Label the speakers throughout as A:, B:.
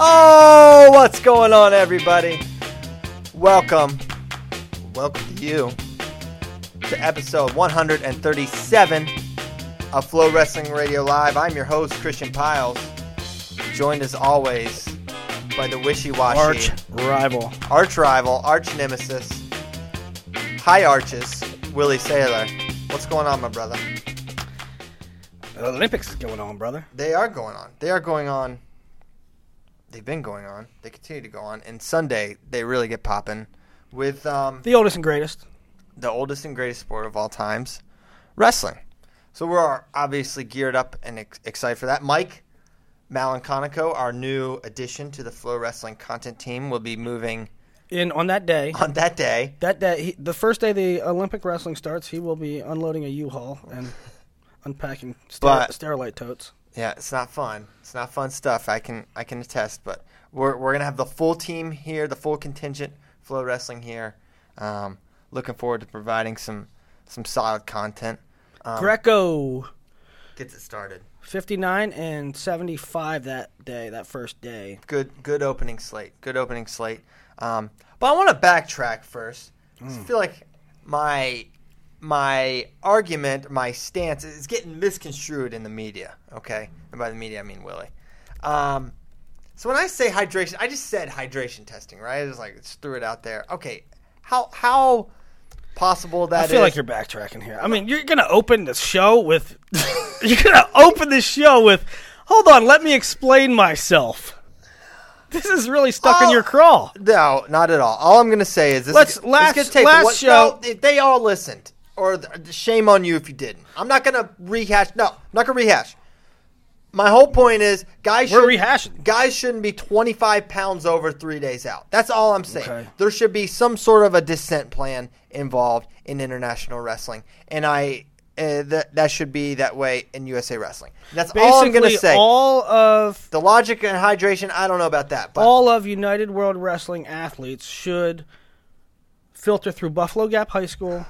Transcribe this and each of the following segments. A: Oh, what's going on, everybody? Welcome, welcome to you to episode 137 of Flow Wrestling Radio Live. I'm your host, Christian Piles, joined as always by the wishy washy
B: arch rival.
A: arch rival, arch nemesis, high arches, Willie Sailor. What's going on, my brother?
B: The Olympics is going on, brother.
A: They are going on. They are going on. They've been going on. They continue to go on. And Sunday, they really get popping with um,
B: The oldest and greatest.
A: the oldest and greatest sport of all times, wrestling. So we're obviously geared up and ex- excited for that. Mike Malinconico, our new addition to the Flow Wrestling content team, will be moving
B: And on that day,
A: on that day.
B: that day, he, the first day the Olympic wrestling starts, he will be unloading a U-Haul and unpacking ster-
A: But-
B: sterilite totes.
A: Yeah, it's not fun. It's not fun stuff. I can I can attest. But we're we're gonna have the full team here, the full contingent, Flow Wrestling here. Um, looking forward to providing some some solid content. Um,
B: Greco,
A: Gets it started.
B: 59 and 75 that day, that first day.
A: good good opening slate. Good opening slate. Um, but I want to backtrack first. 'cause I
B: Hmm.
A: feel like my my argument, my stance is getting misconstrued in the media. Okay, and by the media I mean Willie. Um, so when I say hydration, I just said hydration testing, right? I just like just threw it out there. Okay, how how possible that
B: I feel
A: is-
B: like you're backtracking here. I mean, you're gonna open the show with, you're gonna open the show with, hold on, let me explain myself. This is really stuck in
A: Oh.
B: your crawl.
A: No, not at all. All I'm going to say is this.
B: Let's-
A: is,
B: last-
A: this is gonna take
B: last
A: one-
B: show-
A: no, they- they all listened, or th- shame on you if you didn't. I'm not going to rehash. No, I'm not going to rehash. My whole point is, guys.
B: We're
A: should-
B: rehashing.
A: Guys shouldn't be 25 pounds over three days out. That's all I'm saying.
B: Okay.
A: There should be some sort of a descent plan involved in international wrestling, and I. Uh, that that should be that way in USA Wrestling. That's all I'm going to say.
B: all of
A: the logic and hydration, I don't know about that, but
B: all of United World Wrestling athletes should filter through Buffalo Gap High School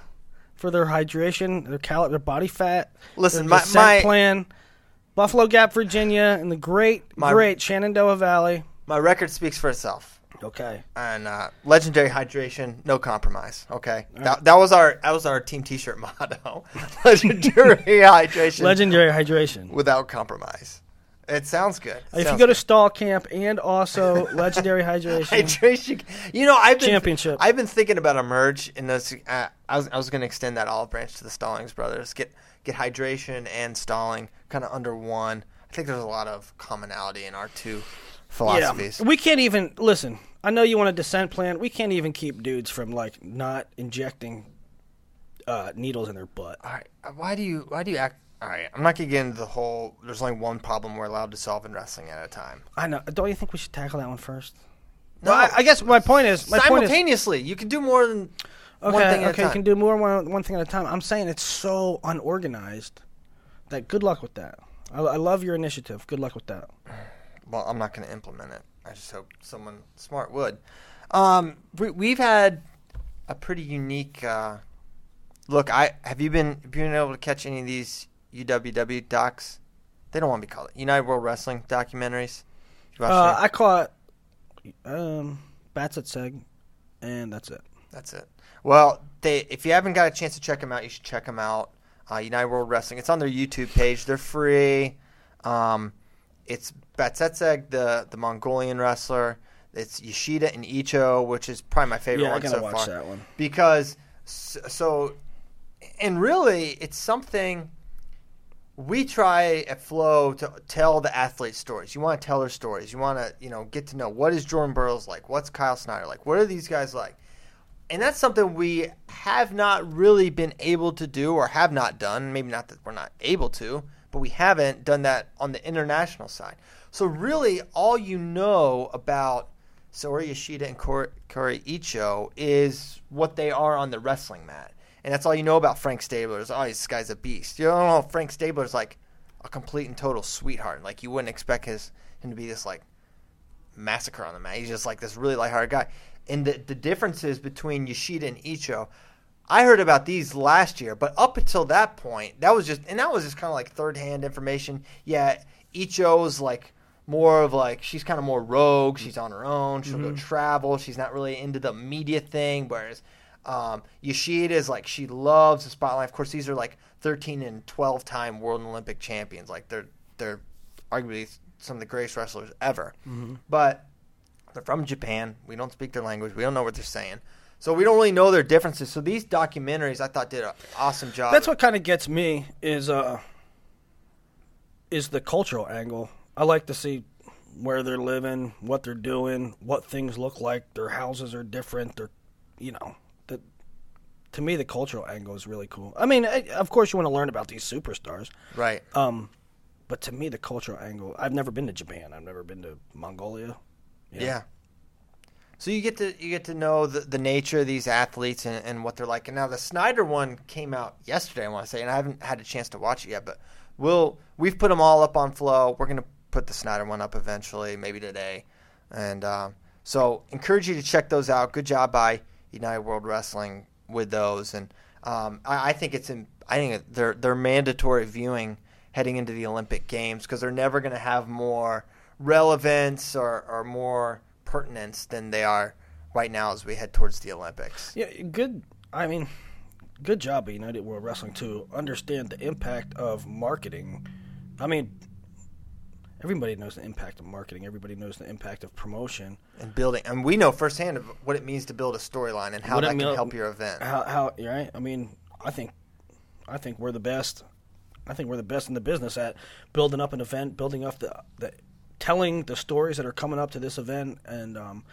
B: for their hydration, their cal- their body fat,
A: Listen,
B: their
A: my-
B: descent
A: my-
B: plan. Buffalo Gap, Virginia, and the great,
A: My-
B: great Shenandoah Valley.
A: my record speaks for itself.
B: Okay.
A: and uh, legendary hydration, no compromise. Okay, that, that was our that was our team T-shirt motto: legendary hydration,
B: Legendary hydration.
A: without compromise. It sounds good. It
B: If you
A: sounds
B: go to
A: good.
B: Stall Camp and also Legendary Hydration,
A: hydration, you know I've been,
B: Championship.
A: I've been thinking about a merge in those. Uh, I was I was going to extend that olive branch to the Stallings brothers. Get get hydration and stalling kind of under one. I think there's a lot of commonality in our two philosophies.
B: we can't even listen. I know you want a descent plan. We can't even keep dudes from like not injecting uh, needles in their butt.
A: All right. uh, Why do you why do you act all right, I'm not gonna get into the whole there's only one problem we're allowed to solve in wrestling at a time.
B: I know. Don't you think we should tackle that one first?
A: No.
B: Well, I, I guess my point is my point is
A: Simultaneously, you can do more than
B: okay,
A: one thing at
B: okay,
A: a
B: you
A: time.
B: can do more one one thing at a time. I'm saying it's so unorganized that good luck with that. I, I love your initiative. Good luck with that.
A: well, I'm not gonna implement it. I just hope someone smart would. Um, we, we've had a pretty unique uh, look. I have you been have you been able to catch any of these UWW docs? They don't want to be called it. United World Wrestling documentaries. You watched
B: Uh,
A: any?
B: I caught um, bats at seg, and that's it.
A: That's it. Well, they if you haven't got a chance to check them out, you should check them out. Uh, United World Wrestling. It's on their YouTube page. They're free. Um, it's Batsetseg, the the Mongolian wrestler. It's Yoshida and Icho, which is probably my favorite
B: Yeah, I
A: one
B: gotta
A: so
B: watch
A: far.
B: that one.
A: Because s- so, and really, it's something we try at Flow to tell the athlete stories. You want to tell their stories. You want to you know get to know what is Jordan Burroughs like. What's Kyle Snyder like? What are these guys like? and that's something we have not really been able to do or have not done. Maybe not that we're not able to, but we haven't done that on the international side. So really, all you know about Sori Yoshida and Kor- Corey Icho is what they are on the wrestling mat, and that's all you know about Frank Stabler. Is oh, this guy's a beast. You don't know Frank Stabler's like a complete and total sweetheart. Like you wouldn't expect his him to be this like massacre on the mat. He's just like this really lighthearted guy. And the, the differences between Yoshida and Icho, I heard about these last year, but up until that point, that was just and that was just kind of like third hand information. Yeah, Icho's like more of like she's kind of more rogue. She's on her own. She'll go travel. She's not really into the media thing. Whereas um, Yoshida is like she loves the spotlight. Of course, these are like 13 and 12 time world and Olympic champions. Like they're they're arguably some of the greatest wrestlers ever. But they're from Japan. We don't speak their language. We don't know what they're saying. So we don't really know their differences. So these documentaries, I thought, did an awesome job.
B: That's what kind of gets me is uh is the cultural angle. I like to see where they're living, what they're doing, what things look like. Their houses are different. They're, you know, the, to me the cultural angle is really cool. I mean, I, of course you want to learn about these superstars,
A: right.
B: um, but to me the cultural angle. I've never been to Japan. I've never been to Mongolia.
A: Yeah. So you get to you get to know the, the nature of these athletes and, and what they're like. And now the Snyder one came out yesterday. I want to say, and I haven't had a chance to watch it yet, but we'll we've put them all up on Flow. We're gonna put the Snyder one up eventually, maybe today. And um, so encourage you to check those out. Good job by United World Wrestling with those. And um, I, I think it's in, I think they're they're mandatory viewing heading into the Olympic Games because they're never going to have more relevance or, or more pertinence than they are right now as we head towards the Olympics.
B: Yeah, good. I mean, good job, at United World Wrestling, to understand the impact of marketing. I mean, everybody knows the impact of marketing. Everybody knows the impact of promotion.
A: And building, and we know firsthand of what it means to build a storyline and how
B: What it
A: that can
B: mean-
A: help your event.
B: How, how right? I mean, I think, I think we're the best. I think we're the best in the business at building up an event, building up the, the telling the stories that are coming up to this event, and um,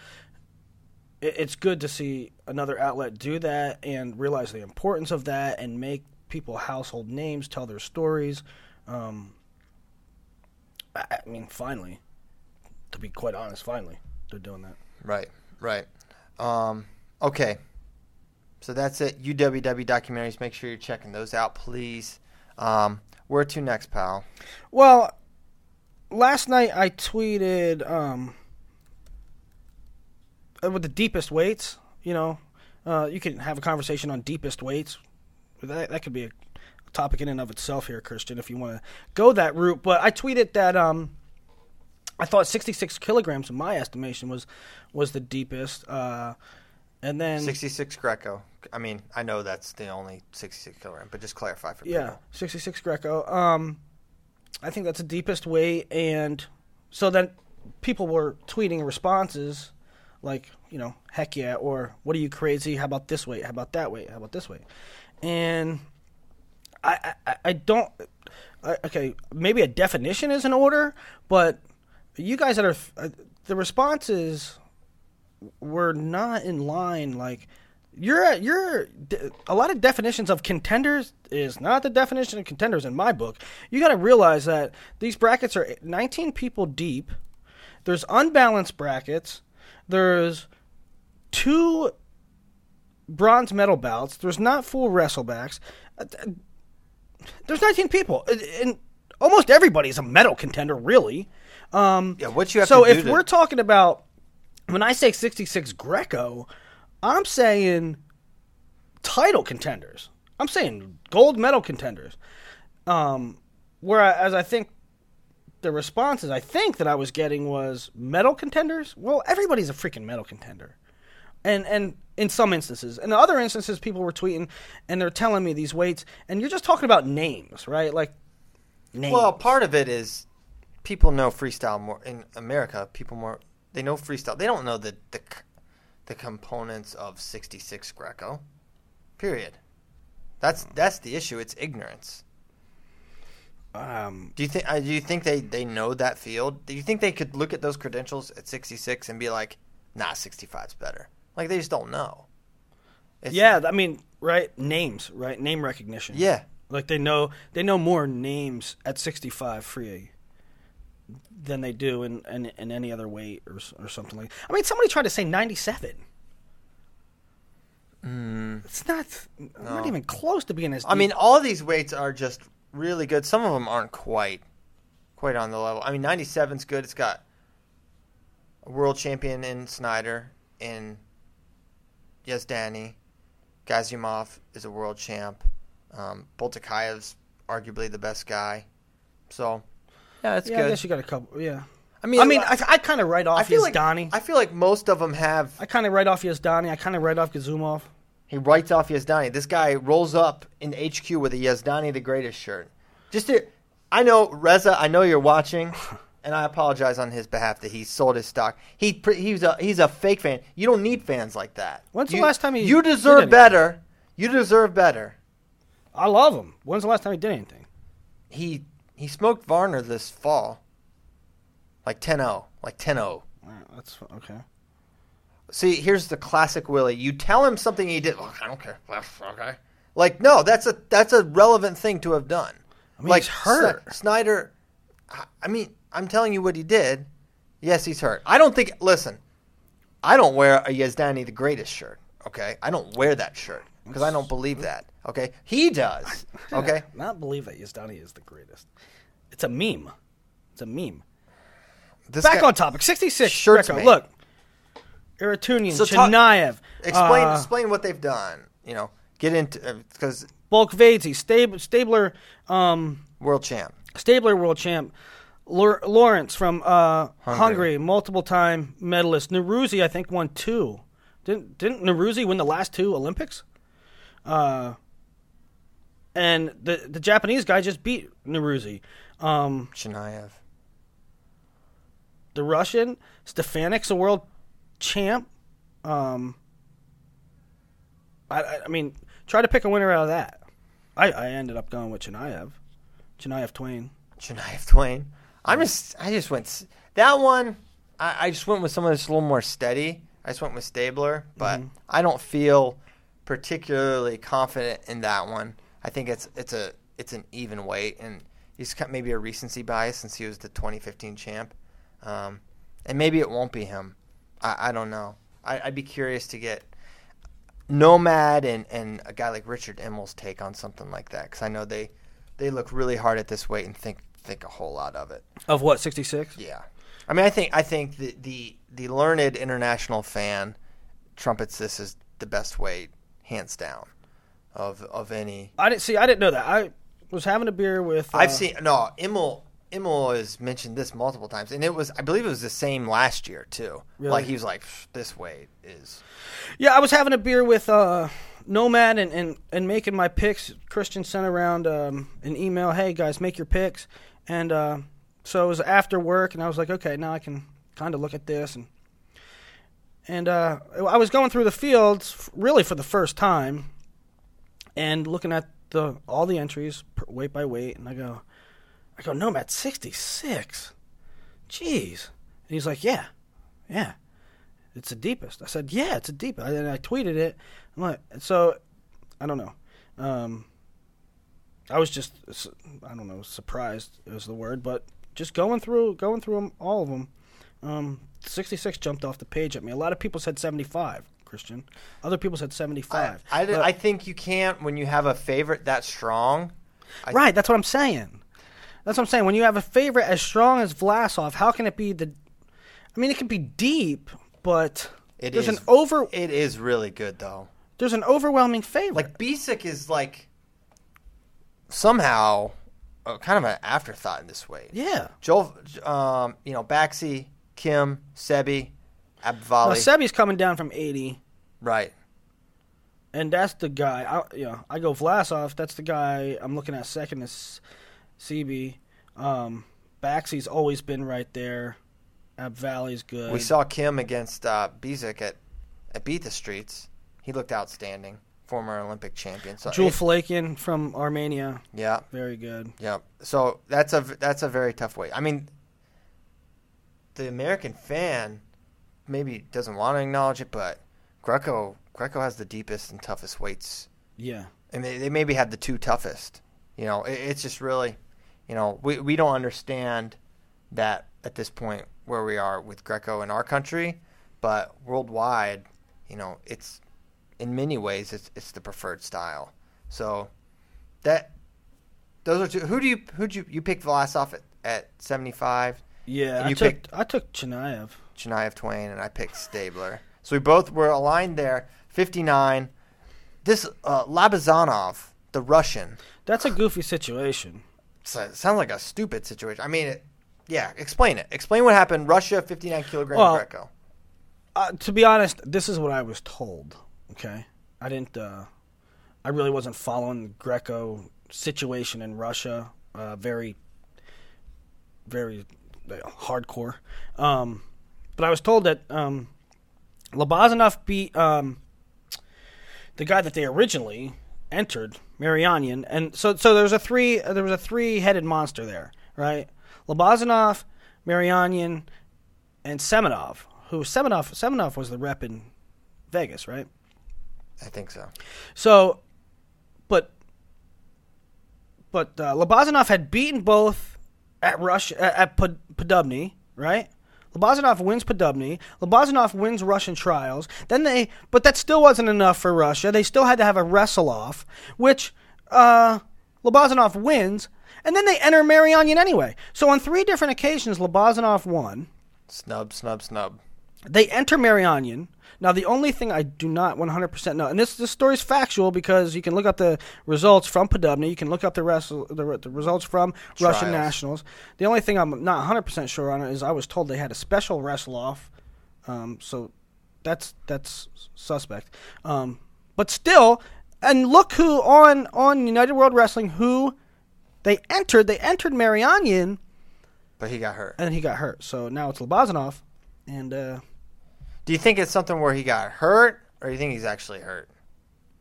B: it, it's good to see another outlet do that and realize the importance of that and make people household names, tell their stories. Um, I, I mean, finally, to be quite honest, finally they're doing that.
A: Right, right. Um, okay. So that's it. UWW documentaries. Make sure you're checking those out, please. Um, where to next, pal?
B: Well, last night I tweeted um, uh, with the deepest weights. You know, uh, you can have a conversation on deepest weights. That that could be a topic in and of itself here, Christian, if you want to go that route. But I tweeted that um, I thought 66 kilograms, in my estimation, was was the deepest. Uh, and then
A: 66 Greco. I mean, I know that's the only 66 kilogram, but just clarify for
B: Yeah,
A: people.
B: 66 Greco. Um, I think that's the deepest way. And so then people were tweeting responses like, you know, heck yeah, or what are you crazy? How about this way? How about that way? How about this way? And I, I, I don't. I, okay, maybe a definition is in order, but you guys that are. Uh, the responses were not in line. Like you're you're a lot of definitions of contenders is not the definition of contenders in my book. You got to realize that these brackets are 19 people deep. There's unbalanced brackets. There's two bronze medal bouts. There's not full wrestlebacks. Uh, th- There's 19 people, and- and almost everybody's a medal contender, really. Um,
A: Yeah, what you have
B: so
A: to do
B: if
A: to-
B: we're talking about when I say 66 Greco, I'm saying title contenders. I'm saying gold medal contenders. Um, whereas I think the responses I think that I was getting was medal contenders. Well, everybody's a freaking medal contender, and and in some instances, in other instances, people were tweeting and they're telling me these weights, and you're just talking about names, right? Like names.
A: Well, part of it is people know freestyle more in America. People more they know freestyle. They don't know the the, c- the components of 66 Greco. Period. That's that's the issue. It's ignorance.
B: um,
A: Do you think? Uh, do you think they, they know that field? Do you think they could look at those credentials at 66 and be like, "Nah, 65's better"? Like they just don't know. It's,
B: yeah, I mean, right? Names, right? Name recognition.
A: Yeah.
B: Like they know they know more names at 65 free than they do in, in, in any other weight or, s- or something like. I mean, somebody tried to say 97. It's not not even close to being as.
A: Mm. I
B: deep.
A: mean, all these weights are just really good. Some of them aren't quite, quite on the level. I mean, 97's good. It's got a world champion in Snyder, in Yazdani. Gazimov is a world champ. Um, Boltikayev's arguably the best guy. So, yeah, it's
B: yeah,
A: good.
B: I guess you got a couple. Yeah, I
A: mean,
B: mean, I mean,
A: I-
B: I, I kind of write off
A: I feel
B: Yazdani.
A: like
B: Donnie.
A: I feel like most of them have.
B: I kind of write off Yazdani. I kind of write off Kazumov.
A: He writes off Yazdani. This guy rolls up in HQ with a Yazdani the Greatest shirt. Just to, I know Reza. I know you're watching, and I apologize on his behalf that he sold his stock. He pre- he's a he's a fake fan. You don't need fans like that.
B: When's the
A: You-
B: last time he
A: You
B: did
A: deserve
B: anything?
A: better. You deserve better.
B: I love him. When's the last time he did anything?
A: He he smoked Varner this fall. Like 10-0. like oh. 10-0.
B: Wow, that's okay.
A: See, here's the classic Willie. You tell him something he did. Look, I don't care. Okay. Like, no, that's a that's a relevant thing to have done.
B: mean,
A: like
B: he's hurt.
A: Sn- Snyder. I- I mean, I'm telling you what he did. Yes, he's hurt. I don't think. Listen, I don't wear a Yazdani the greatest shirt. Okay, I don't wear that shirt because I don't believe that. Okay, he does. Okay,
B: Not believe that Yazdani is the greatest. It's a meme. It's a meme.
A: this
B: Back
A: guy-
B: on topic. 66.
A: Shirts
B: Greco.
A: made.
B: Look. Eritunian,
A: So talk-
B: Chinayev,
A: Explain
B: uh,
A: explain what they've done. You know, get into because
B: Bulk Vadzi, Stab- Stabler, um,
A: world champ.
B: Stabler world champ, Lor- Lawrence from uh, Hungary. multiple time medalist. Neruzzi, I think, won two. Didn't didn't Neruzzi win the last two Olympics? Uh, and the the Japanese guy just beat Neruzzi. Um,
A: Shinayev.
B: the Russian Stefanik's a world champ. Um, I, I- I mean, try to pick a winner out of that. I, I ended up going with Chinayev, Chinayev Twain.
A: Janaev Twain. I'm just, I just went s- that one. I, I just went with someone that's a little more steady. I just went with Stabler, but I don't feel particularly confident in that one. I think it's it's a it's an even weight, and he's got maybe a recency bias since he was the 2015 champ, um, and maybe it won't be him. I, I don't know. I, I'd be curious to get Nomad and, and a guy like Richard Immel's take on something like that because I know they they look really hard at this weight and think think a whole lot of it.
B: Of what sixty six?
A: Yeah, I mean, I think I think the the, the learned international fan trumpets this as the best weight, hands down, of of any.
B: I didn't see. I didn't know that. I was having a beer with. Uh,
A: I've seen no Immel. Immel has mentioned this multiple times, and it was I believe it was the same last year too. Like he was like, "Pff, this weight is
B: Yeah, I was having a beer with uh, Nomad and, and, and making my picks. Christian sent around um, an email, hey guys, make your picks. And uh, so it was after work, and I was like, okay, now I can kind of look at this. And and uh, I was going through the fields f- really for the first time, and looking at the all the entries per- weight by weight, and I go, I go, Nomad sixty six, jeez. And he's like, yeah, yeah it's the deepest. I said, yeah, it's the deepest. And I tweeted it. I'm like, so, I don't know. Um, I was just, su- I don't know, surprised is the word, but just going through, going through 'em, all of them. Um, 66 jumped off the page at me. A lot of people said 75, Christian. Other people said 75.
A: I,
B: But-
A: I think you can't when you have a favorite that strong. I-
B: right, that's what I'm saying. That's what I'm saying. When you have a favorite as strong as Vlasov, how can it be the? I mean, it can be deep, but
A: It
B: there's
A: is-
B: an over.
A: It is really good though.
B: there's an overwhelming favorite.
A: Like Besic is like somehow uh, kind of an afterthought in this way.
B: yeah.
A: Joel, um, you know, Baxi, Kim, Sebi, Abvali,
B: Now, Sebi's coming down from 80,
A: right?
B: and that's the guy. I, yeah, I go Vlasov. That's the guy I'm looking at second is CB. Um, Baxi's always been right there. Ab Valley's good.
A: We saw Kim against uh, Besic at at Beat the Streets. He looked outstanding, former Olympic champion. So
B: Jewel
A: it-
B: Falakian from Armenia.
A: yeah,
B: Very good.
A: yeah. So that's a v- that's a very tough weight. I mean, the American fan maybe doesn't want to acknowledge it, but Greco Greco has the deepest and toughest weights,
B: Yeah.
A: and they, they maybe have the two toughest. You know, it, it's just really, you know, we we don't understand that at this point where we are with Greco in our country, but worldwide, you know, it's in many ways it's it's the preferred style. So that those are two. Who do you who do you you picked Vlasov at at seventy five?
B: Yeah.
A: And
B: I
A: you
B: took
A: picked-
B: I took Chinaev.
A: Shania Twain, and I picked Stabler. So we both were aligned there. 59. This uh, Labazanov, the Russian,
B: That's a goofy situation.
A: so- sounds like a stupid situation. I mean, it, yeah, explain it. Explain what happened. Russia, 59 kilogram
B: Well-
A: Greco.
B: Uh, to be honest, this is what I was told. Okay, I didn't. Uh, I really wasn't following the Greco situation in Russia. Uh, very, very uh, hardcore. Um, but I was told that um, Labazanov beat um, the guy that they originally entered, Marianian, and so so there was a three uh, there was a three headed monster there, right? Labazanov, Marianian, and Semenov, who Semenov Semenov was the rep in Vegas, right?
A: I think so.
B: So, but but uh, Labazanov had beaten both at Rush at, at Pod- Podobny, right? Labazanov wins Podobny. Labazanov wins Russian trials. Then they, but that still wasn't enough for Russia. They still had to have a wrestle off, which uh, Labazanov wins, and then they enter Marianian anyway. So on three different occasions, Labazanov won.
A: Snub, snub, snub.
B: They enter Marianian. Now, the only thing I do not 100% know, and this this story is factual because you can look up the results from Podobny, you can look up the wrestle, the, re- the results from Russian
A: Trials.
B: nationals. The only thing I'm not 100% sure on is I was told they had a special wrestle off, um, so that's that's suspect. Um, but still, and look who on on United World Wrestling who they entered. They entered Marianian,
A: But he got hurt.
B: and then he got hurt. So now it's Labazanov, and. Uh,
A: Do you think it's something where he got hurt, or do you think he's actually hurt?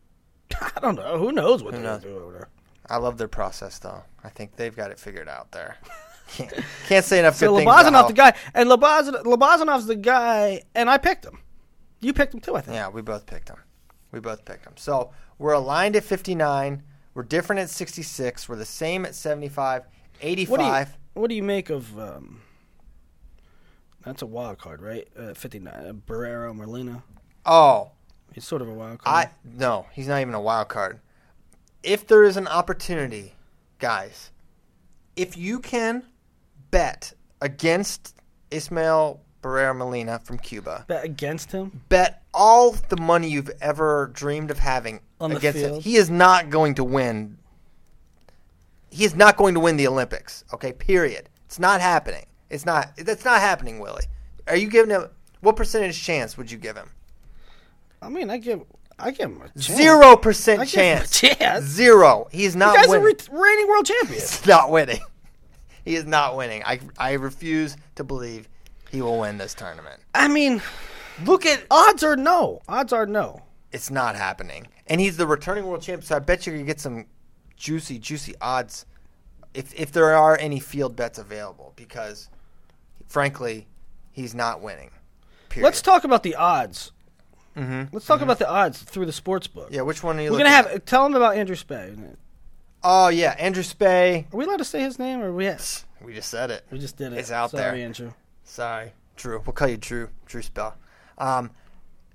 B: I don't know. Who knows what they're
A: knows?
B: gonna do over there?
A: I love their process, though. I think they've got it figured out there. Can't, can't say enough
B: So
A: good things. about
B: Labazanov, the
A: how-
B: guy, and Labazan- Labazanov's the guy, and I picked him. You picked him too, I think.
A: Yeah, we both picked him. We both picked him. So we're aligned at 59. We're different at 66. We're the same at 75. 85.
B: what do you What do you make of? Um, that's a wild card, right? Uh, Fifty nine. Uh, Barrero, Merlina.
A: oh,
B: He's sort of a wild card.
A: I no, he's not even a wild card. If there is an opportunity, guys, if you can bet against Ismael Barrera Molina from Cuba,
B: bet against him.
A: bet all the money you've ever dreamed of having
B: On the
A: against him.
B: field.
A: He is not going to win. He is not going to win the Olympics. Okay, period. It's not happening. It's not. That's not happening, Willie. Are you giving him what percentage chance would you give him?
B: I mean, I give, I give him a chance.
A: Zero
B: I
A: percent
B: give him a
A: chance.
B: chance.
A: Zero. He's
B: You
A: not
B: guys are
A: winning.
B: re- reigning world champions.
A: He's not winning. He is not winning. I I refuse to believe he will win this tournament.
B: I mean,
A: Look at
B: odds are no. Odds are no.
A: it's not happening. And he's the returning world champ, so I bet you could get some juicy, juicy odds if if there are any field bets available. Because frankly, he's not winning. Period.
B: Let's talk about the odds. Mm-hmm. Let's talk about the odds through the sports book.
A: yeah, which one are you?
B: We're gonna
A: looking
B: have
A: at?
B: tell him about Andrew Spay.
A: Oh yeah, Andrew Spay.
B: Are we allowed to say his name, or we have,
A: We just said it.
B: we just did it?
A: It's out
B: Sorry,
A: there.
B: Andrew.
A: Sorry, Drew. We'll call you Drew. Drew Spell. Um,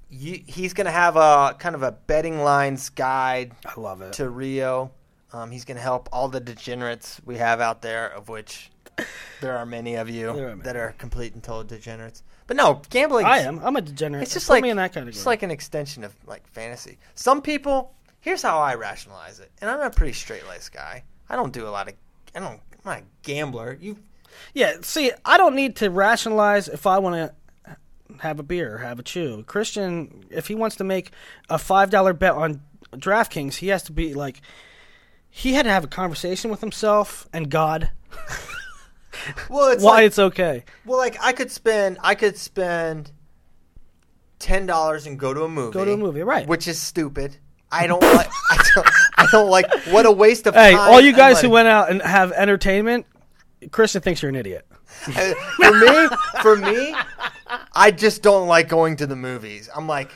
A: you, he's gonna have a kind of a betting lines guide
B: I love it.
A: to Rio. Um, he's going to help all the degenerates we have out there, of which there are many of you
B: There are many.
A: that are complete and total degenerates. But no, gambling.
B: I am. I'm a degenerate.
A: It's just
B: Put
A: like
B: me in that category.
A: it's like an extension of like fantasy. Some people. Here's how I rationalize it, and I'm a pretty straight laced guy. I don't do a lot of. I don't. I'm not a gambler. You.
B: yeah. See, I don't need to rationalize if I want to have a beer, or have a chew. Christian, if he wants to make a five dollar bet on DraftKings, he has to be like, he had to have a conversation with himself and God
A: Well, it's
B: why
A: like-
B: it's okay.
A: well, like I could spend. I could spend. Ten dollars and go to a movie.
B: Go to a movie, right?
A: which is stupid. I don't like. I don't, I don't like. What a waste of
B: hey,
A: time.
B: all you
A: and
B: guys who
A: money.
B: went out and have entertainment, Christian thinks you're an idiot.
A: Uh, for me, for me, I just don't like going to the movies. I'm like,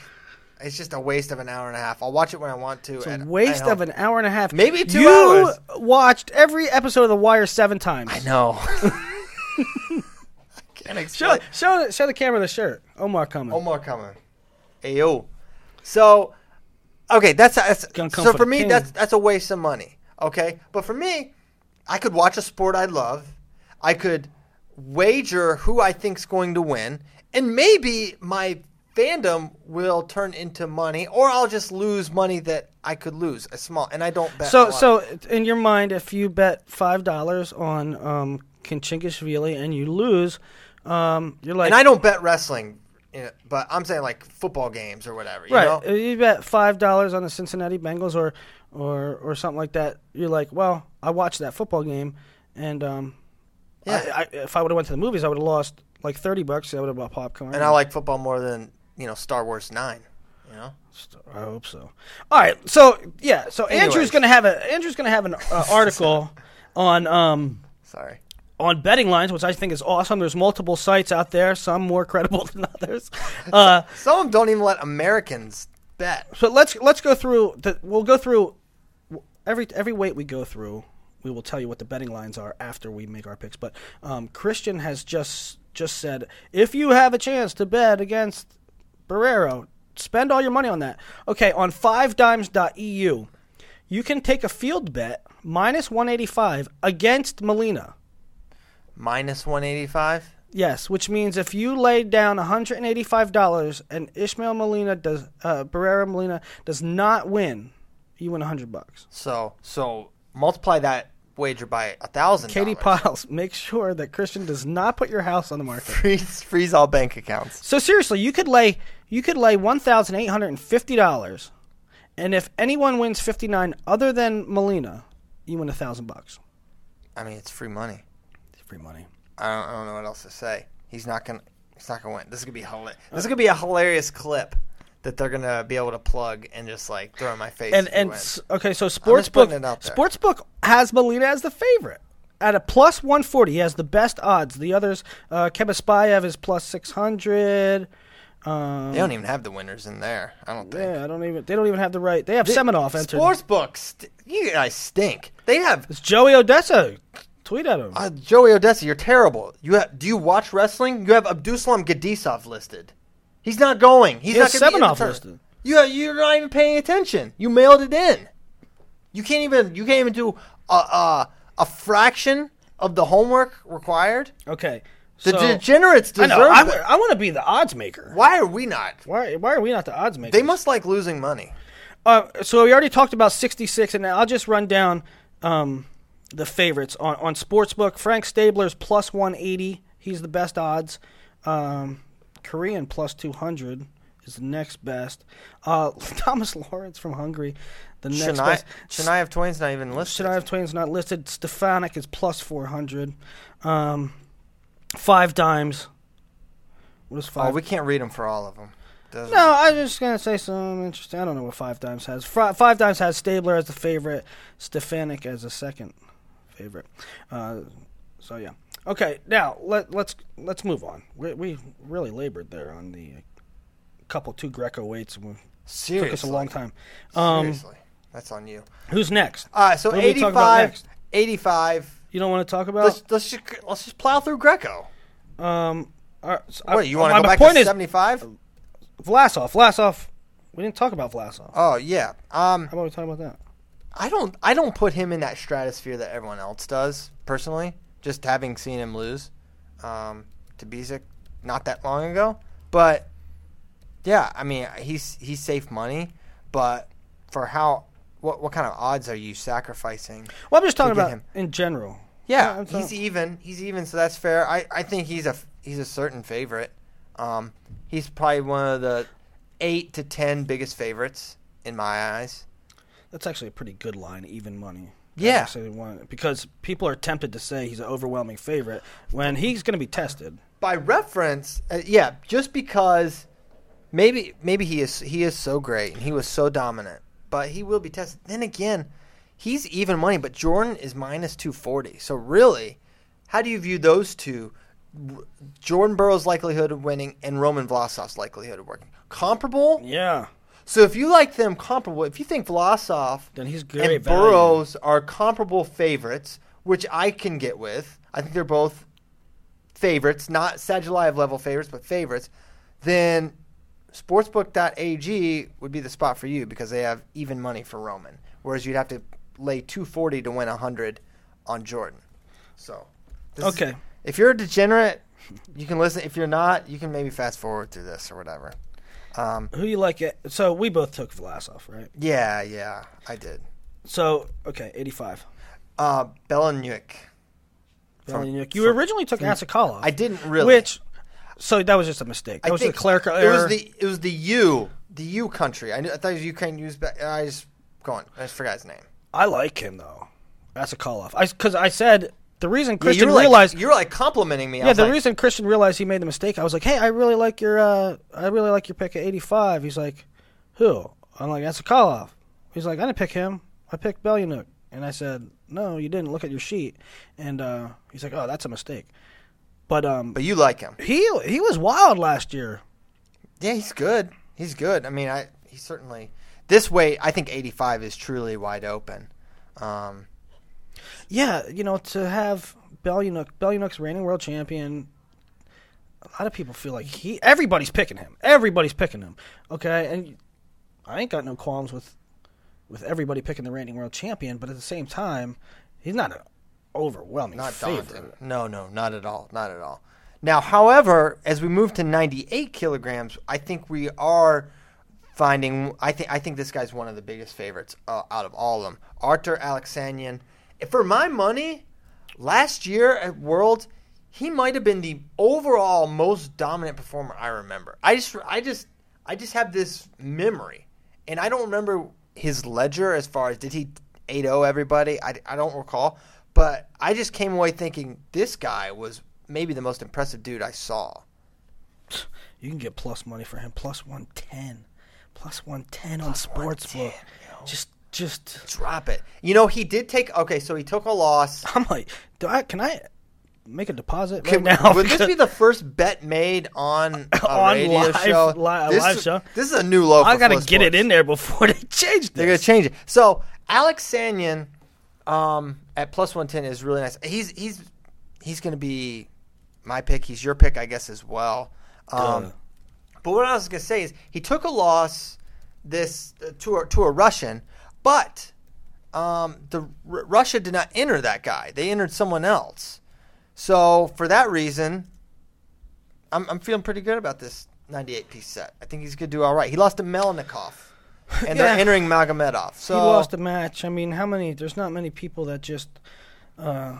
A: It's just a waste of an hour and a half. I'll watch it when I want to. It's
B: A waste of an hour and a half.
A: Maybe two
B: you
A: hours.
B: watched every episode of The Wire seven times.
A: I know. I can't
B: Show,
A: explain.
B: show, show the camera the shirt. Omar coming.
A: Omar coming. Ayo. So, okay, that's, that's
B: Gonna come
A: so
B: for
A: for
B: the
A: me.
B: king.
A: That's that's a waste of money. Okay, but for me, I could watch a sport I love. I could wager who I think's going to win, and maybe my fandom will turn into money, or I'll just lose money that I could lose a small. And I don't bet. a
B: So,
A: lot.
B: so in your mind, if you bet five dollars on um, Kinchingishvili and you lose, um, you're like,
A: and I don't bet wrestling, you know, but I'm saying like football games or whatever. You
B: right?
A: Know?
B: If you bet five dollars on the Cincinnati Bengals or, or, or something like that. You're like, well, I watched that football game, and um,
A: Yeah.
B: I, I, if I would have went to the movies, I would have lost like thirty bucks. I would have bought popcorn.
A: And I like football more than you know Star Wars Nine. You know.
B: I hope so. All right. So yeah. So Andrew's
A: Anyways.
B: gonna have a Andrew's gonna have an uh, article on um
A: Sorry.
B: on betting lines, which I think is awesome. There's multiple sites out there, some more credible than others. Uh,
A: Some of them don't even let Americans bet.
B: so let's let's go through. The, we'll go through every every weight we go through. We will tell you what the betting lines are after we make our picks. But um, Christian has just just said if you have a chance to bet against Barrero, spend all your money on that. Okay, on fivedimes.eu, E you can take a field bet minus 185 against Molina.
A: Minus 185.
B: Yes, which means if you lay down $185 and Ishmael Molina does uh, Barrera Molina does not win, you win 100 bucks.
A: So so multiply that wager by a thousand.
B: Katie Piles, make sure that Christian does not put your house on the market.
A: freeze freeze all bank accounts.
B: So seriously, you could lay you could lay $1,850 and if anyone wins 59 other than Molina, you win 1000 bucks.
A: I mean it's free money.
B: Free money.
A: I don't, I don't know what else to say. He's not gonna he's not gonna win. This is gonna be hila- this is gonna be a hilarious clip that they're gonna be able to plug and just like throw in my face.
B: And
A: if he
B: and
A: wins.
B: s- okay, so
A: just
B: sportsbook
A: putting it out there.
B: sportsbook has Molina as the favorite at a plus one forty. He has the best odds. The others, uh, Kebaspayev is plus six hundred. Um,
A: they don't even have the winners in there. I don't think.
B: yeah, I don't even. They don't even have the right. They have Semenov entered.
A: Sports books, st- you guys stink. They have
B: It's Joey Odessa. Tweet at him.
A: Uh, Joey Odessa, you're terrible. You have, do you watch wrestling? You have Abduslam Gadisov listed. He's not going. He's
B: He
A: not
B: has
A: going to be in the
B: Semenov
A: tournament.
B: listed.
A: You have, you're not even paying attention. You mailed it in. You can't even you can't even do a a, a fraction of the homework required.
B: okay,
A: The
B: so
A: degenerates
B: I
A: deserve
B: know. I,
A: it.
B: want to be the odds maker.
A: Why are we not?
B: Why? Why are we not the odds maker?
A: They must like losing money.
B: Uh, so we already talked about 66, and I'll just run down um, the favorites on, on sportsbook. Frank Stabler's plus 180. He's the best odds. Um, Korean plus 200 is the next best. Uh, Thomas Lawrence from Hungary, the next
A: Shania,
B: best.
A: Shania Twain's not even listed.
B: Shania Twain's not listed. Stefanik is plus 400. Um, five dimes. What is five?
A: Oh, we can't read them for all of them. Doesn't-
B: No, I was just gonna say some interesting. I don't know what Five Dimes has. Fri Five Dimes has Stabler as the favorite, Stefanik as a second favorite. Uh, so yeah. Okay, now let let's let's move on. We we really labored there on the couple two Greco weights. It took
A: seriously,
B: us a long time. Um,
A: seriously, that's on you.
B: who's next?
A: All right, so
B: What are we talking about
A: 85,
B: next?
A: 85.
B: You don't want to talk
A: Let's
B: about?
A: let's just let's just plow through Greco.
B: Um, all right, so I-
A: What you want
B: my
A: to go back
B: point
A: to
B: is
A: seventy five?
B: Vlasov. Vlasov. We didn't talk about Vlasov.
A: Oh yeah. Um,
B: How about we talk about that?
A: I don't I don't put him in that stratosphere that everyone else does personally. Just having seen him lose um, to Bezic not that long ago, but yeah, I mean he's he's safe money, but for how what what kind of odds are you sacrificing?
B: Well, I'm just talking
A: get
B: about
A: him.
B: in general.
A: Yeah,
B: I'm
A: he's
B: sorry.
A: even. He's even, so that's fair. I, I think he's a he's a certain favorite. Um, he's probably one of the eight to ten biggest favorites in my eyes.
B: That's actually a pretty good line, even money.
A: Yeah.
B: That's actually one- because people are tempted to say he's an overwhelming favorite when he's going to be tested.
A: By reference, uh, yeah, just because maybe maybe he is he is so great and he was so dominant, but he will be tested. Then again, he's even money, but Jordan is minus two forty. So really, how do you view those two? R- Jordan Burrow's likelihood of winning and Roman Vlasov's likelihood of working comparable.
B: Yeah.
A: So if you like them comparable, if you think Vlasov
B: Then he's great
A: and
B: value.
A: Burrows are comparable favorites, which I can get with, I think they're both favorites, not Sagillaiev level favorites, but favorites, then sportsbook.ag would be the spot for you because they have even money for Roman, whereas you'd have to lay 240 to win 100 on Jordan. So, this is-
B: Okay.
A: if you're a degenerate, you can listen. If you're not, you can maybe fast forward through this or whatever. Um,
B: Who you like? It? So we both took Vlasov, right?
A: yeah, yeah, I did.
B: So okay, eighty-five.
A: Uh, Belenyuk. From-
B: Valenyuk. You originally took Asakala.
A: I didn't really.
B: Which, so that was just a mistake. That
A: I
B: was
A: think
B: a clerical
A: It
B: error.
A: was the it was the U the U country. I knew I thought it was Ukraine. Use back. I just going. I just forgot his name.
B: I like him though. Asakala. I because I said the reason
A: Yeah, you
B: Christian
A: were like-
B: realized.
A: you were like complimenting me. I
B: yeah,
A: was
B: the
A: like,
B: reason Christian realized he made the mistake. I was like, hey, I really like your, uh, I really like your pick at eighty-five. He's like, who? I'm like Asakala. He's like, I didn't pick him. I picked Belyunuk. And I said, no, you didn't. Look at your sheet. And uh, he's like, oh, that's a mistake. But um,
A: But you like him.
B: he he was wild last year.
A: Yeah, he's good. He's good. I mean, I he certainly this way. I think eighty five is truly wide open. Um,
B: Yeah, you know, to have Belyunuk, Belyunuk's reigning world champion, a lot of people feel like he. Everybody's picking him. Everybody's picking him. Okay, and I ain't got no qualms with with everybody picking the reigning world champion, but at the same time, he's not an overwhelming
A: not daunting.
B: favorite.
A: No, no, not at all. Not at all. Now, however, as we move to 98 kilograms, I think we are finding. I think I think this guy's one of the biggest favorites uh, out of all of them. Arthur Alexanian. If For my money, last year at Worlds, he might have been the overall most dominant performer I remember. I just, I just, I just have this memory, and I don't remember his ledger as far as did he 8-0 everybody. I, I don't recall, but I just came away thinking this guy was maybe the most impressive dude I saw.
B: You can get plus money for him, plus one ten, plus one ten on sportsbook. Just, just.
A: Drop it. You know, he did take. Okay, so he took a loss.
B: I'm like, do I? Can I make a deposit
A: Can-
B: right now?
A: would this be the first bet made on a
B: On
A: radio
B: live-
A: show?
B: li- a
A: this,
B: live show?
A: This is a new low.
B: I
A: for
B: gotta
A: Flow
B: get it
A: Sports.
B: in there before they change
A: They're gonna
B: this.
A: change it. So Alex Sanyan um, at plus one ten is really nice. He's he's he's gonna be my pick. He's your pick, I guess, as well. Um,
B: Duh.
A: But what I was gonna say is he took a loss this uh, to a, to a Russian, but um, the R- Russia did not enter that guy. They entered someone else. So for that reason, I'm, I'm feeling pretty good about this 98 piece set. I think he's gonna do all right. He lost to Melnikov, and they're
B: Yeah.
A: entering Magomedov. So
B: he lost a match. I mean, how many? There's not many people that just uh,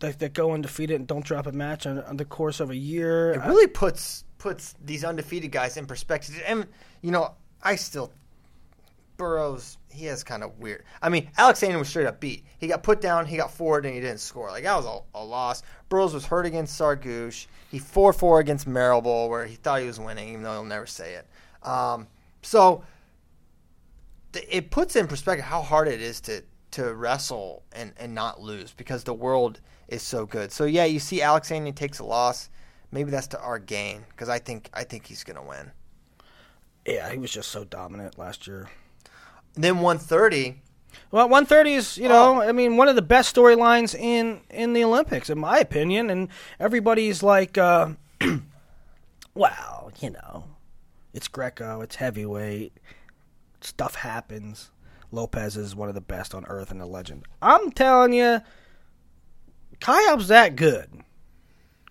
B: that that go undefeated and don't drop a match on, on the course of a year.
A: it really puts puts these undefeated guys in perspective. And you know, I still Burrows. He has kind of weird. I mean, Alexander was straight up beat. He got put down. He got forward, and he didn't score. Like that was a, a loss. Burrows was hurt against Sargouche. He four four against Marable, where he thought he was winning, even though he'll never say it. Um, so th- it puts in perspective how hard it is to to wrestle and, and not lose because the world is so good. So yeah, you see Alexander takes a loss. Maybe that's to our gain because I think I think he's gonna win.
B: yeah, he was just so dominant last year.
A: And then 130.
B: Well, 130 is you
A: Oh.
B: know, I mean, one of the best storylines in in the Olympics, in my opinion. And everybody's like, uh, well, you know, it's Greco, it's heavyweight, stuff happens. Lopez is one of the best on earth and a legend. I'm telling you, Kayop's that good.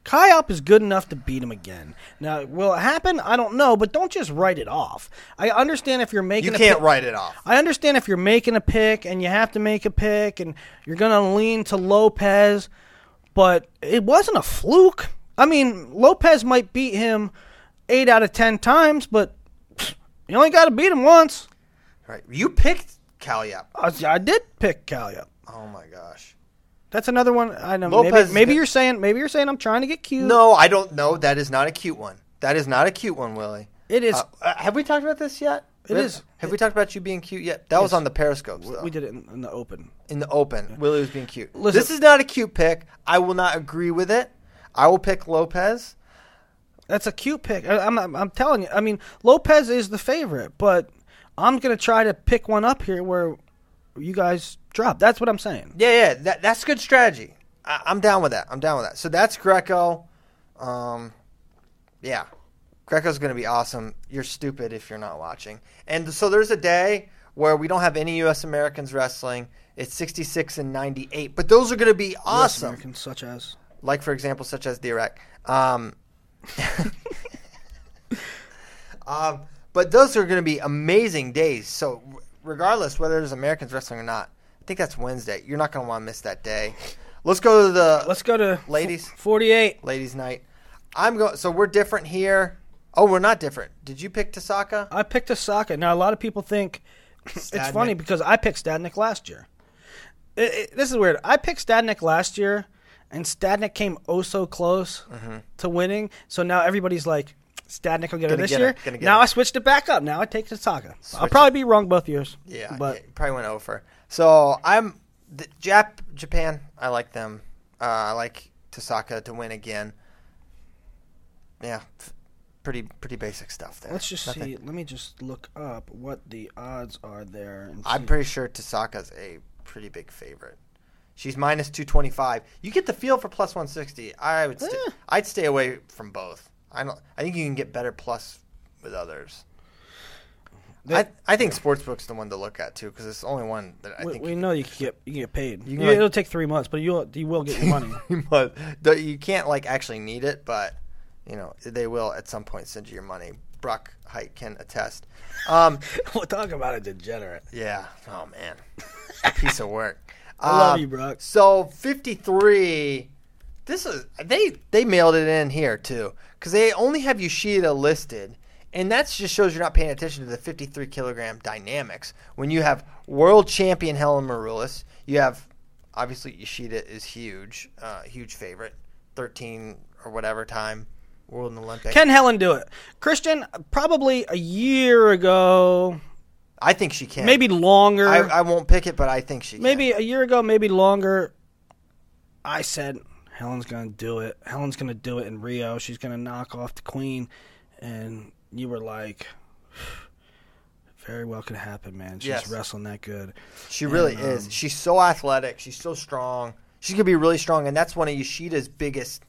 B: Kayop is good enough to beat him again. Now, will it happen? I don't know, but don't just write it off. I understand if you're making
A: You
B: a
A: can't
B: pick-
A: write it off.
B: I understand if you're making a pick and you have to make a pick and you're going to lean to Lopez, but it wasn't a fluke. I mean, Lopez might beat him 8 out of 10 times, but pfft, you only got to beat him once.
A: Right. You picked Kalyap.
B: I, I did pick Kalia.
A: Oh my gosh.
B: That's another one. I know.
A: Lopez
B: maybe
A: is
B: maybe
A: good.
B: you're saying maybe you're saying I'm trying to get cute.
A: No, I don't know. That is not a cute one. That is not a cute one, Willie.
B: It is-
A: Uh, uh, have we talked about this yet?
B: It
A: have,
B: is.
A: Have we talked about you being cute yet? That was on the Periscopes. Though.
B: we did it in, in the open.
A: in the open. Willie was being cute.
B: Listen-
A: This is not a cute pick. I will not agree with it. I will pick Lopez.
B: That's a cute pick. I, I'm I'm telling you. I mean, Lopez is the favorite, but I'm gonna try to pick one up here where you guys drop. That's what I'm saying.
A: Yeah, yeah, that, that's good strategy. I, I'm down with that. I'm down with that. So that's Greco. Um, yeah, Greco's going to be awesome. You're stupid if you're not watching. And so there's a day where we don't have any U.S. Americans wrestling. It's 66 and 98, but those are going to be
B: US
A: awesome.
B: Americans such as
A: Like for example, such as the Iraq. Um, um, but those are going to be amazing days. So r- regardless whether there's Americans wrestling or not, I think that's Wednesday. You're not going to want to miss that day. Let's go to the
B: let's go to
A: Ladies.
B: forty-eight.
A: ladies' night. I'm going. So we're different here. Oh, we're not different. Did you pick Tasaka?
B: I picked Osaka. Now a lot of people think it's
A: Stadnik.
B: funny because I picked Stadnick last year. It, it- this is weird. I picked Stadnick last year, and Stadnick came oh so close
A: Mm-hmm.
B: to winning. So now everybody's like, Stadnick will get it
A: Gonna
B: this
A: get
B: year.
A: it, gonna get
B: now
A: it.
B: I switched it back up. Now I take Osaka. I'll
A: Switch
B: probably be wrong both years.
A: Yeah,
B: but
A: it probably went over. So I'm the, Jap Japan. I like them. Uh, I like Tasaka to win again. Yeah, f- pretty pretty basic stuff there.
B: let's just
A: Nothing-
B: see. Let me just look up what the odds are there. And
A: I'm
B: see.
A: pretty sure Tasaka's a pretty big favorite. She's minus two twenty five. You get the feel for plus one sixty. I would. St-
B: Yeah.
A: I'd stay away from both. I don't. I think you can get better plus with others. I,
B: That-
A: I think sportsbook's the one to look at too because it's the only one that I
B: we,
A: think
B: we know you can get you can get paid.
A: You can,
B: Yeah,
A: like-
B: it'll take three months, but you'll you will get your money.
A: but the- you can't like actually need it, but you know they will at some point send you your money. Brock Height can attest. Um,
B: we'll talk about a degenerate.
A: yeah. Oh man, piece of work.
B: I love
A: Um,
B: you, Brock.
A: So fifty three. This is they they mailed it in here too because they only have Yoshida listed, and that just shows you're not paying attention to the fifty three kilogram dynamics. When you have world champion Helen Marulis, you have obviously Yoshida is huge, uh, huge favorite, thirteen or whatever time world and Olympic.
B: Can Helen do it? Christian, probably a year ago,
A: I think she can.
B: maybe longer.
A: I, I won't pick it, but I think she can.
B: maybe a year ago, maybe longer. I said Helen's gonna do it. Helen's gonna do it in Rio. She's gonna knock off the queen, and you were like, "Very well could happen, man. She's
A: Yes.
B: wrestling that good."
A: She really
B: And,
A: is. She's so athletic. She's so strong. She's gonna be really strong, and that's one of Yoshida's biggest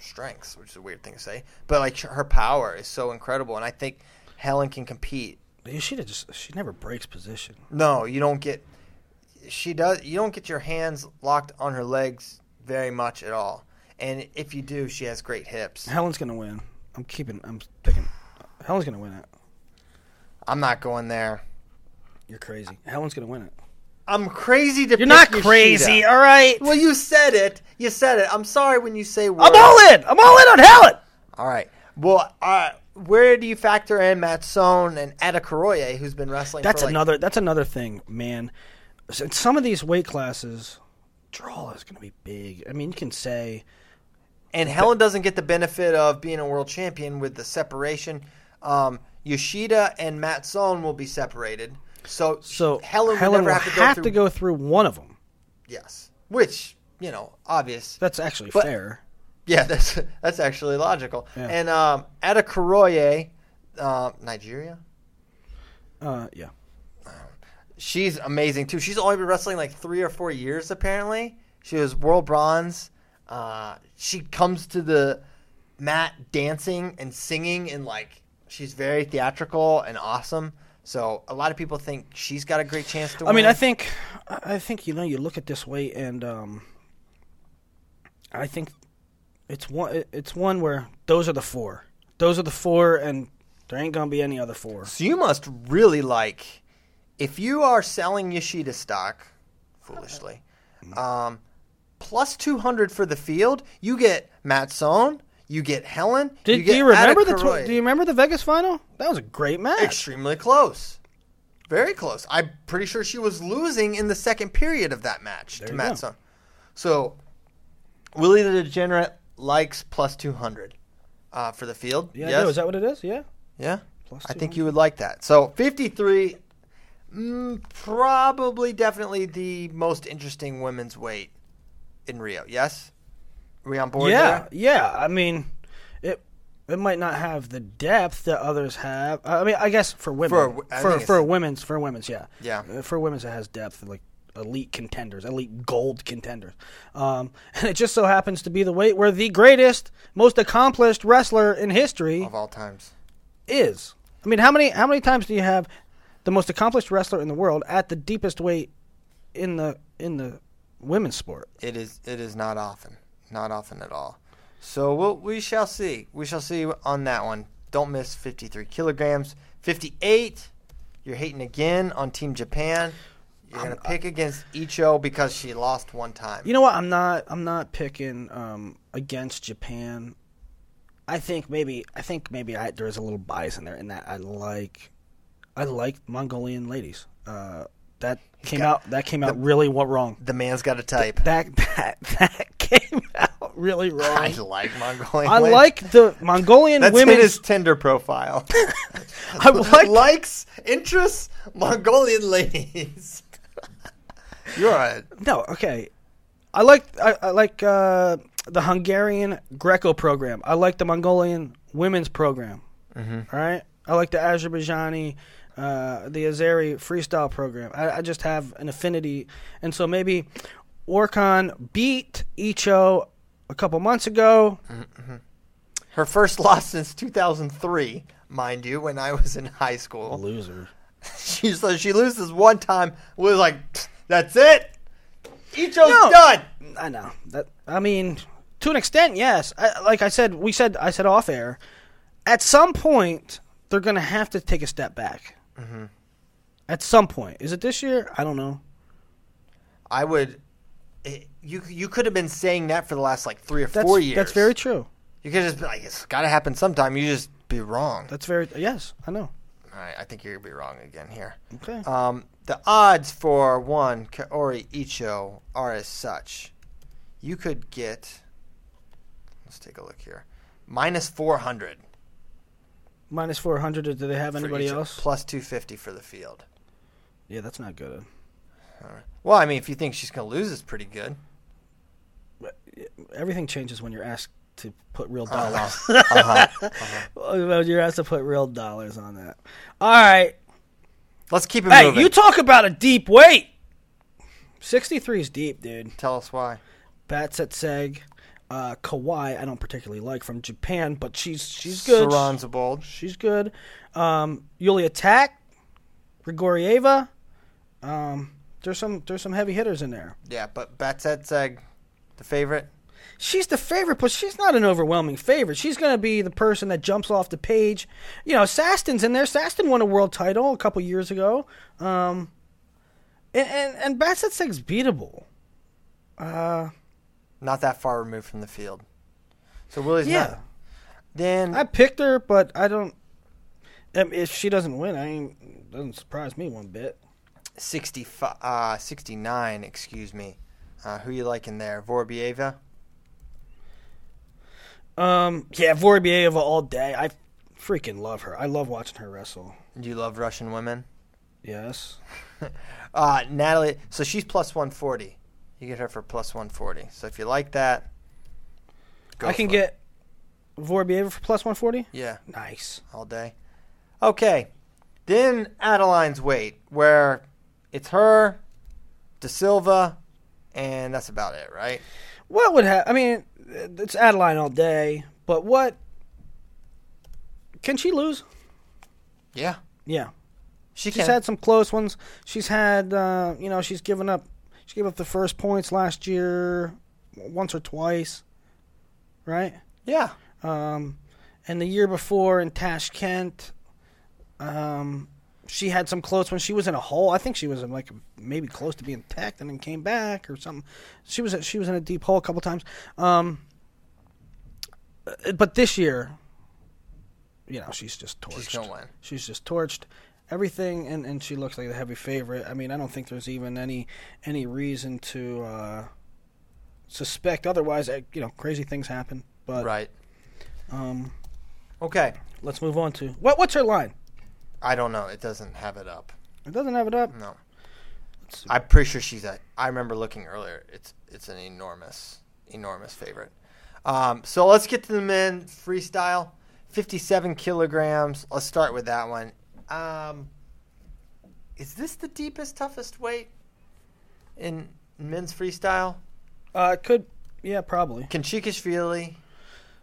A: strengths, which is a weird thing to say. But like her power is so incredible, and I think Helen can compete.
B: She just she never breaks position.
A: No, you don't get. She does. You don't get your hands locked on her legs very much at all. And if you do, she has great hips.
B: Helen's gonna win. I'm keeping. I'm picking. Helen's gonna win it.
A: I'm not going there.
B: You're crazy. Helen's gonna win it.
A: I'm crazy to.
B: You're
A: pick
B: not
A: Yoshida.
B: crazy. All right.
A: Well, you said it. You said it. I'm sorry when you say. Words.
B: I'm all in. I'm all in on Helen.
A: All right. Well, uh, where do you factor in Matsone and Adekoroye, who's been wrestling?
B: That's
A: for like,
B: another. That's another thing, man. S- in Some of these weight classes, draw is going to be big. I mean, you can say
A: And Helen doesn't get the benefit of being a world champion with the separation. Um, Yoshida and Matsone will be separated, so
B: so.
A: Helen, will never
B: will
A: have, to, go through,
B: one of them.
A: Yes, which you know, obvious.
B: That's actually
A: But-
B: fair.
A: Yeah, that's that's actually logical.
B: Yeah.
A: And um, Adekoroye, uh, Nigeria.
B: Uh, yeah.
A: she's amazing too. She's only been wrestling like three or four years apparently. She was world bronze. Uh, she comes to the mat dancing and singing and like she's very theatrical and awesome. So a lot of people think she's got a great chance to
B: I
A: win.
B: mean, I think, I I think you know, you look at this weight, and um, I think it's one. it- It's one where those are the four. Those are the four, and there ain't gonna be any other four.
A: so you must really like if you are selling Yoshida stock foolishly. Um, plus two hundred for the field. You get Matsone. You get Helen.
B: Did,
A: get
B: do you remember the?
A: Adekoroye.
B: Tw- do you remember the Vegas final? That was a great match.
A: extremely close. Very close. I'm pretty sure she was losing in the second period of that match to
B: you go.
A: Matson. So, Willie the Degenerate likes plus 200 uh, for the field.
B: Yeah,
A: yes?
B: no, is that what it is? Yeah.
A: yeah.
B: Plus
A: I think you would like that. So, 53, mm, probably definitely the most interesting women's weight in Rio. Yes? Are we on board
B: Yeah,
A: there?
B: yeah. I mean, it it might not have the depth that others have. I I mean, I guess for women,
A: For a
B: for
A: w- I
B: for,
A: think it's-
B: women's, for women's, yeah,
A: Yeah.
B: Uh, for women's it has depth, like elite contenders, elite gold contenders, um, and it just so happens to be the weight where the greatest, most accomplished wrestler in history
A: of all times.
B: is. I mean, how many how many times do you have the most accomplished wrestler in the world at the deepest weight in the in the women's sport?
A: It is it is not often, not often at all. So we'll, we shall see. We shall see on that one. Don't miss 53 kilograms. 58. You're hating again on Team Japan. You're gonna pick against Icho because she lost one time.
B: You know what? I'm not. I'm not picking um, against Japan. I think maybe. I think maybe I, there is a little bias in there in that I like. I like Mongolian ladies. Uh, that came
A: got-
B: out. That came out really what wrong.
A: the man's got a type.
B: That that that came out really
A: I
B: wrong.
A: like Mongolian.
B: I
A: women.
B: like the Mongolian
A: that's in
B: women.
A: his Tinder profile.
B: I like
A: likes interests Mongolian ladies. You're a
B: No, okay. I like I, I like uh, the Hungarian Greco program. I like the Mongolian women's program. Mm-hmm. right, I like the Azerbaijani, uh, the Azeri freestyle program. I, I just have an affinity, and so maybe Orkhan beat Icho a couple months ago.
A: Her first loss since 2003, mind you, when I was in high school.
B: Loser.
A: She so she loses one time. Was like, that's it. Icho's
B: No.
A: done.
B: I know that. I mean, to an extent, yes. I, like I said, we said I said off air. At some point, they're going to have to take a step back.
A: Mm-hmm.
B: At some point, is it this year? I don't know.
A: I would. eh, You you could have been saying that for the last like three or
B: That's,
A: four years.
B: That's very true.
A: You could just be like, it's got to happen sometime. You just be wrong.
B: That's very yes. I know.
A: All right, I think you're gonna be wrong again here.
B: Okay.
A: Um, the odds for one Kaori Icho are as such. You could get. Let's take a look here. Minus 400.
B: Minus four hundred. Do they have
A: for
B: anybody
A: Icho,
B: else?
A: Plus 250 for the field.
B: yeah, that's not good.
A: Well, I mean, if you think she's going to lose, it's pretty good.
B: Everything changes when you're asked to put real dollars.
A: Uh-huh.
B: When you're asked to put real dollars on that. All right.
A: Let's keep it
B: Hey,
A: moving.
B: you talk about a deep weight. Sixty-three is deep, dude.
A: Tell us why.
B: Batsetseg, uh, Kawhi. I don't particularly like from Japan, but she's she's good.
A: Saranzabold.
B: She's good. Um, Yulia Tack, Grigorieva. Um, there's some there's some heavy hitters in there.
A: Yeah, but Batsetag, the favorite.
B: She's the favorite, but she's not an overwhelming favorite. She's going to be the person that jumps off the page. You know, Saston's in there. Saston won a world title a couple years ago. Um, and and, and Batsetseg's beatable.
A: Not that far removed from the field. So Willie's
B: Yeah.
A: not. Then
B: I picked her, but I don't. um, If she doesn't win, I ain't, doesn't surprise me one bit.
A: 65, uh, 69, excuse me. Uh, who you liking there? Vorbieva?
B: Um, yeah, Vorbieva all day. I freaking love her. I love watching her wrestle.
A: Do you love Russian women?
B: Yes.
A: Uh, Natalie, so she's plus 140. You get her for plus 140. So if you like that, go
B: I can
A: for it.
B: get Vorbieva for plus 140?
A: Yeah,
B: Nice.
A: all day. Okay. Then Adeline's weight, where it's her, De Silva, and that's about it, right?
B: What would happen? I mean, it's Adeline all day, but what. Can she lose?
A: Yeah.
B: Yeah.
A: She
B: She's
A: can.
B: had some close ones. She's had, uh, you know, she's given up. She gave up the first points last year, once or twice, right?
A: yeah.
B: Um, and the year before in Tashkent, um, she had some close ones. She was in a hole. I think she was in like maybe close to being tacked and then came back or something. She was she was in a deep hole a couple times. Um, uh, but this year, you know, she's just torched.
A: She's gonna win.
B: She's just torched everything, and, and she looks like the heavy favorite. I mean, I don't think there's even any any reason to uh, suspect otherwise. Uh, You know, crazy things happen, but
A: Right.
B: um,
A: Okay.
B: let's move on to what? What's her line?
A: I don't know. It doesn't have it up.
B: It doesn't have it up.
A: No.
B: Let's see.
A: I'm pretty sure she's a. I remember looking earlier. It's it's an enormous, enormous favorite. Um, so let's get to the men freestyle. 57 kilograms. Let's start with that one. Um, is this the deepest, toughest weight in men's freestyle?
B: Uh, could yeah, probably.
A: Can Chikashvili,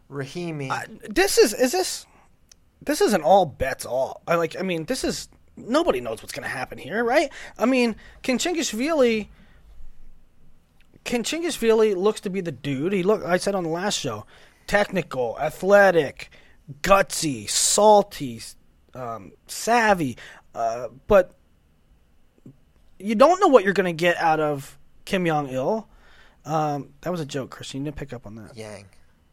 A: Rahimi,
B: I, this is is this this isn't all bets all. I like I mean this is nobody knows what's going to happen here, right? I mean, can Chingishvili can Chingishvili looks to be the dude. He look I said on the last show, technical, athletic, gutsy, salty, um, savvy, uh, but you don't know what you're going to get out of Kim Jong Il. Um, that was a joke, Christian. You didn't pick up on that.
A: Yang?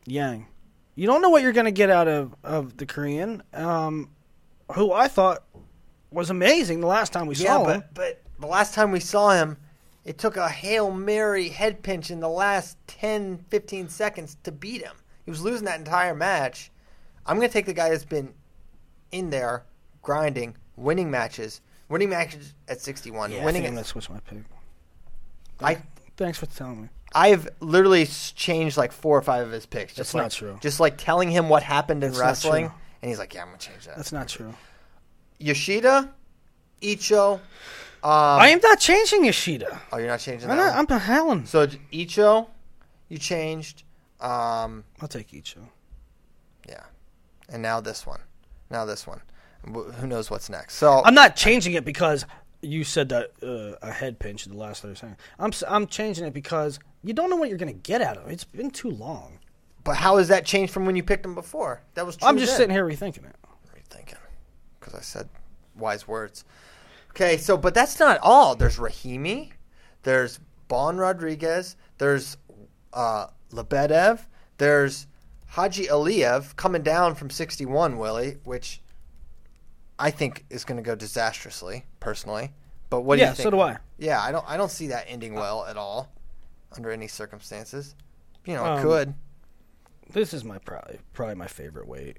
B: Yang. You don't know what you're going to get out of, of the Korean, um, who I thought was amazing the last time we
A: Yeah,
B: saw him.
A: but, but the last time we saw him, it took a Hail Mary head pinch in the last 10, 15 seconds to beat him. He was losing that entire match. I'm going to take the guy that's been in there grinding, winning matches, winning matches at 61,
B: Yeah, I
A: winning
B: think I'm going
A: at
B: to switch my pick.
A: I
B: Thanks for telling me.
A: I've literally s- changed like four or five of his picks. Just
B: That's
A: like,
B: not true.
A: Just like telling him what happened in
B: That's not
A: wrestling,
B: true.
A: and he's like, "Yeah, I'm gonna change that."
B: That's not true.
A: Um, Yoshida, Icho. Um,
B: I am not changing Yoshida.
A: oh, you're not changing that.
B: I'm not,
A: one?
B: I'm not Helen.
A: So j- Icho, you changed. Um,
B: I'll take Icho.
A: yeah, and now this one. Now this one. Wh- Who knows what's next? So
B: I'm not changing it because you said that uh, a head pinch in the last 30 seconds. I'm, s- I'm changing it because you don't know what you're going to get out of it. It's been too long.
A: but how has that changed from when you picked him before? That was. True
B: I'm
A: then.
B: just sitting here rethinking it.
A: Thinking, because I said wise words. Okay, so but that's not all. There's Rahimi, there's Bon Rodriguez, there's uh, Lebedev, there's Haji Aliyev coming down from 61, Willie, which I think is going to go disastrously, personally. But what do
B: yeah,
A: you think?
B: so do I.
A: Yeah, I don't. I don't see that ending well at all, under any circumstances. You know, it
B: Um,
A: could.
B: This is my probably, probably my favorite weight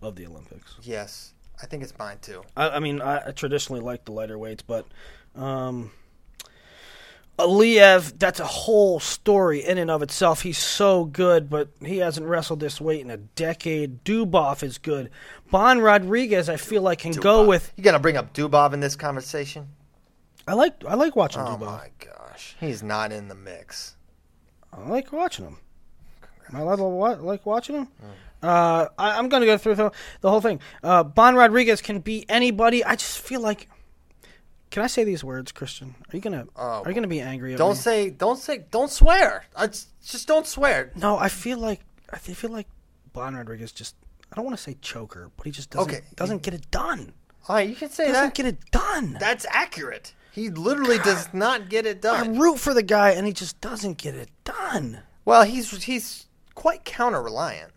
B: of the Olympics.
A: Yes, I think it's mine too.
B: I, I mean, I, I traditionally like the lighter weights, but um, Aliyev, that's a whole story in and of itself. He's so good, but he hasn't wrestled this weight in a decade. Dubov is good. Bon Rodriguez, I feel like can go with.
A: You gonna bring up Dubov in this conversation?
B: I like I like watching
A: Oh
B: Dubov.
A: my gosh, he's not in the mix.
B: I like watching him. I like, wa- like watching him. Uh, I, I'm going to go through the, the whole thing. Uh, bon Rodriguez can beat anybody. I just feel like. Can I say these words, Christian? Are you gonna Are you gonna be angry? at
A: Uh, Don't
B: me?
A: say, don't say, don't swear. I s- just don't swear.
B: No, I feel like I th- feel like Bon Rodriguez just I don't want to say choker, but he just doesn't
A: Okay.
B: doesn't get it done.
A: All right, you can say
B: Doesn't
A: that.
B: get it done.
A: That's accurate. He literally does not get it
B: I
A: done.
B: root for the guy and he just doesn't get it done.
A: Well, he's he's quite counter reliant.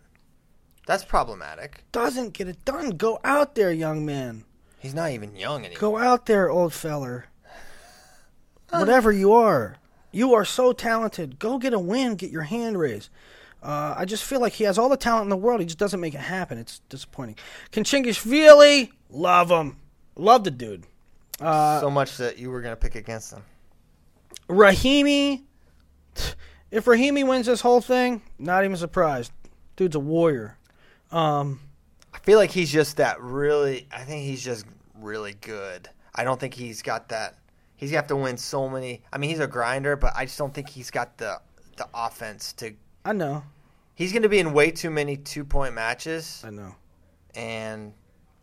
A: That's problematic.
B: Doesn't get it done. Go out there, young man.
A: He's not even young anymore.
B: Go out there, old feller. Whatever you are, you are so talented. Go get a win. Get your hand raised. Uh, I just feel like he has all the talent in the world. He just doesn't make it happen. It's disappointing. Kanchingishvili, love him. Love the dude.
A: so much that you were gonna pick against him.
B: Rahimi. If Rahimi wins this whole thing, not even surprised. Dude's a warrior. Um,
A: I feel like he's just that really. I think he's just really good. I don't think he's got that. He's got to win so many. I mean, he's a grinder, but I just don't think he's got the the offense to.
B: I know.
A: He's going to be in way too many two point matches,
B: I know.
A: and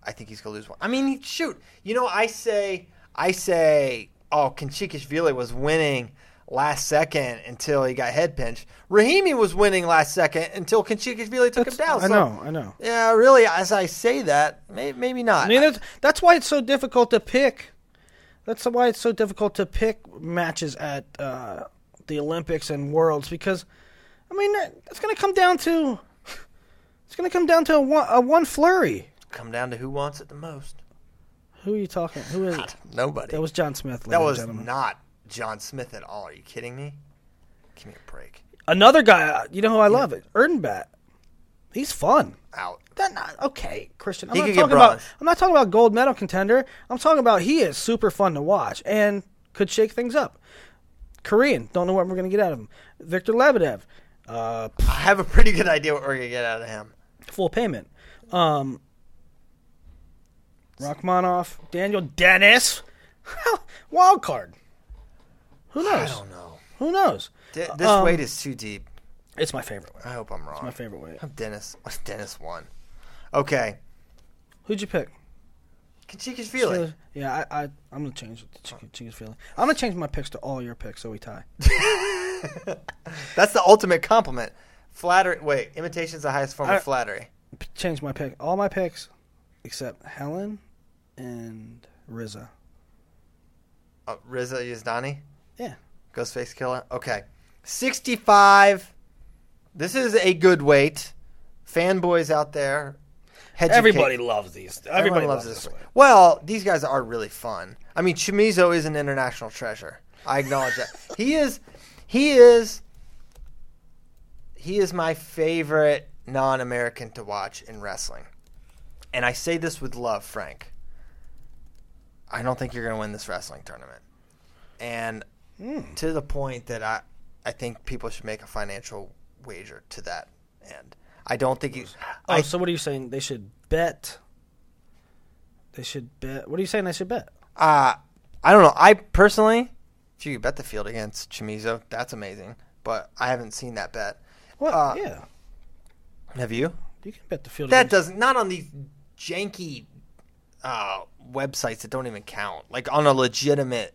A: I think he's going to lose one. I mean, shoot, you know, I say, I say, oh, Kanchikishvili was winning last second until he got head pinched. Rahimi was winning last second until Kanchikishvili took him down.
B: I
A: So,
B: know. I know.
A: Yeah, really. As I say that, may, maybe not.
B: I mean, that's, that's why it's so difficult to pick. That's why it's so difficult to pick matches at uh, the Olympics and Worlds because, I mean, that- it's going to come down to it's going to come down to a one, a one flurry.
A: come down to who wants it the most.
B: Who are you talking? Who is it?
A: Nobody.
B: Ah, That was John Smith.
A: That
B: ladies and
A: was
B: gentlemen.
A: not John Smith at all. Are you kidding me? Give me a break.
B: another guy. uh, You know who I love? It Erdenbat. He's fun.
A: Out.
B: That not okay, Christian. I'm
A: He
B: not
A: could get
B: talking about.
A: bronze.
B: I'm not talking about gold medal contender. I'm talking about he is super fun to watch and could shake things up. Korean, don't know what we're gonna get out of him. Victor Lebedev, uh,
A: I have a pretty good idea what we're gonna get out of him.
B: full payment. Um, Rachmaninoff, Daniel Dennis, wild card. Who
A: I
B: knows?
A: don't know.
B: Who knows?
A: D- this
B: Um,
A: weight is too deep.
B: It's my favorite one.
A: I hope I'm wrong.
B: My favorite weight.
A: I'm Dennis. What's Dennis one? Okay.
B: Who'd you pick?
A: Kachika's feeling.
B: So- yeah, I, I, I'm gonna change the Ch- Chinga's feeling. I'm gonna change my picks to all your picks, so we tie.
A: That's the ultimate compliment. Flattery. Wait, imitation's the highest form
B: I-
A: of flattery.
B: P- Change my pick, all my picks, except Helen and Riza.
A: Uh, Riza Yazdani,
B: Yeah,
A: Ghostface Killer. Okay, sixty-five. This is a good weight. Fanboys out there, head your
B: everybody
A: cake.
B: loves these.
A: Everyone
B: Everybody loves, this.
A: weight.
B: one.
A: Well, these guys are really fun. I mean, Chimizo is an international treasure. I acknowledge that. He is. He is. He is my favorite non-American to watch in wrestling, and I say this with love, Frank. I don't think you're going to win this wrestling tournament. And
B: Hmm.
A: to the point that I, I think people should make a financial wager to that end. I don't think you.
B: Oh,
A: I,
B: so what are you saying? They should bet. They should bet. What are you saying? They should bet.
A: uh, I don't know. I personally, if you could bet the field against Chimizo, that's amazing. But I haven't seen that bet.
B: Well,
A: Uh,
B: yeah,
A: Have you?
B: you can bet the field.
A: That
B: against-
A: does not on these janky uh, websites that don't even count. Like on a legitimate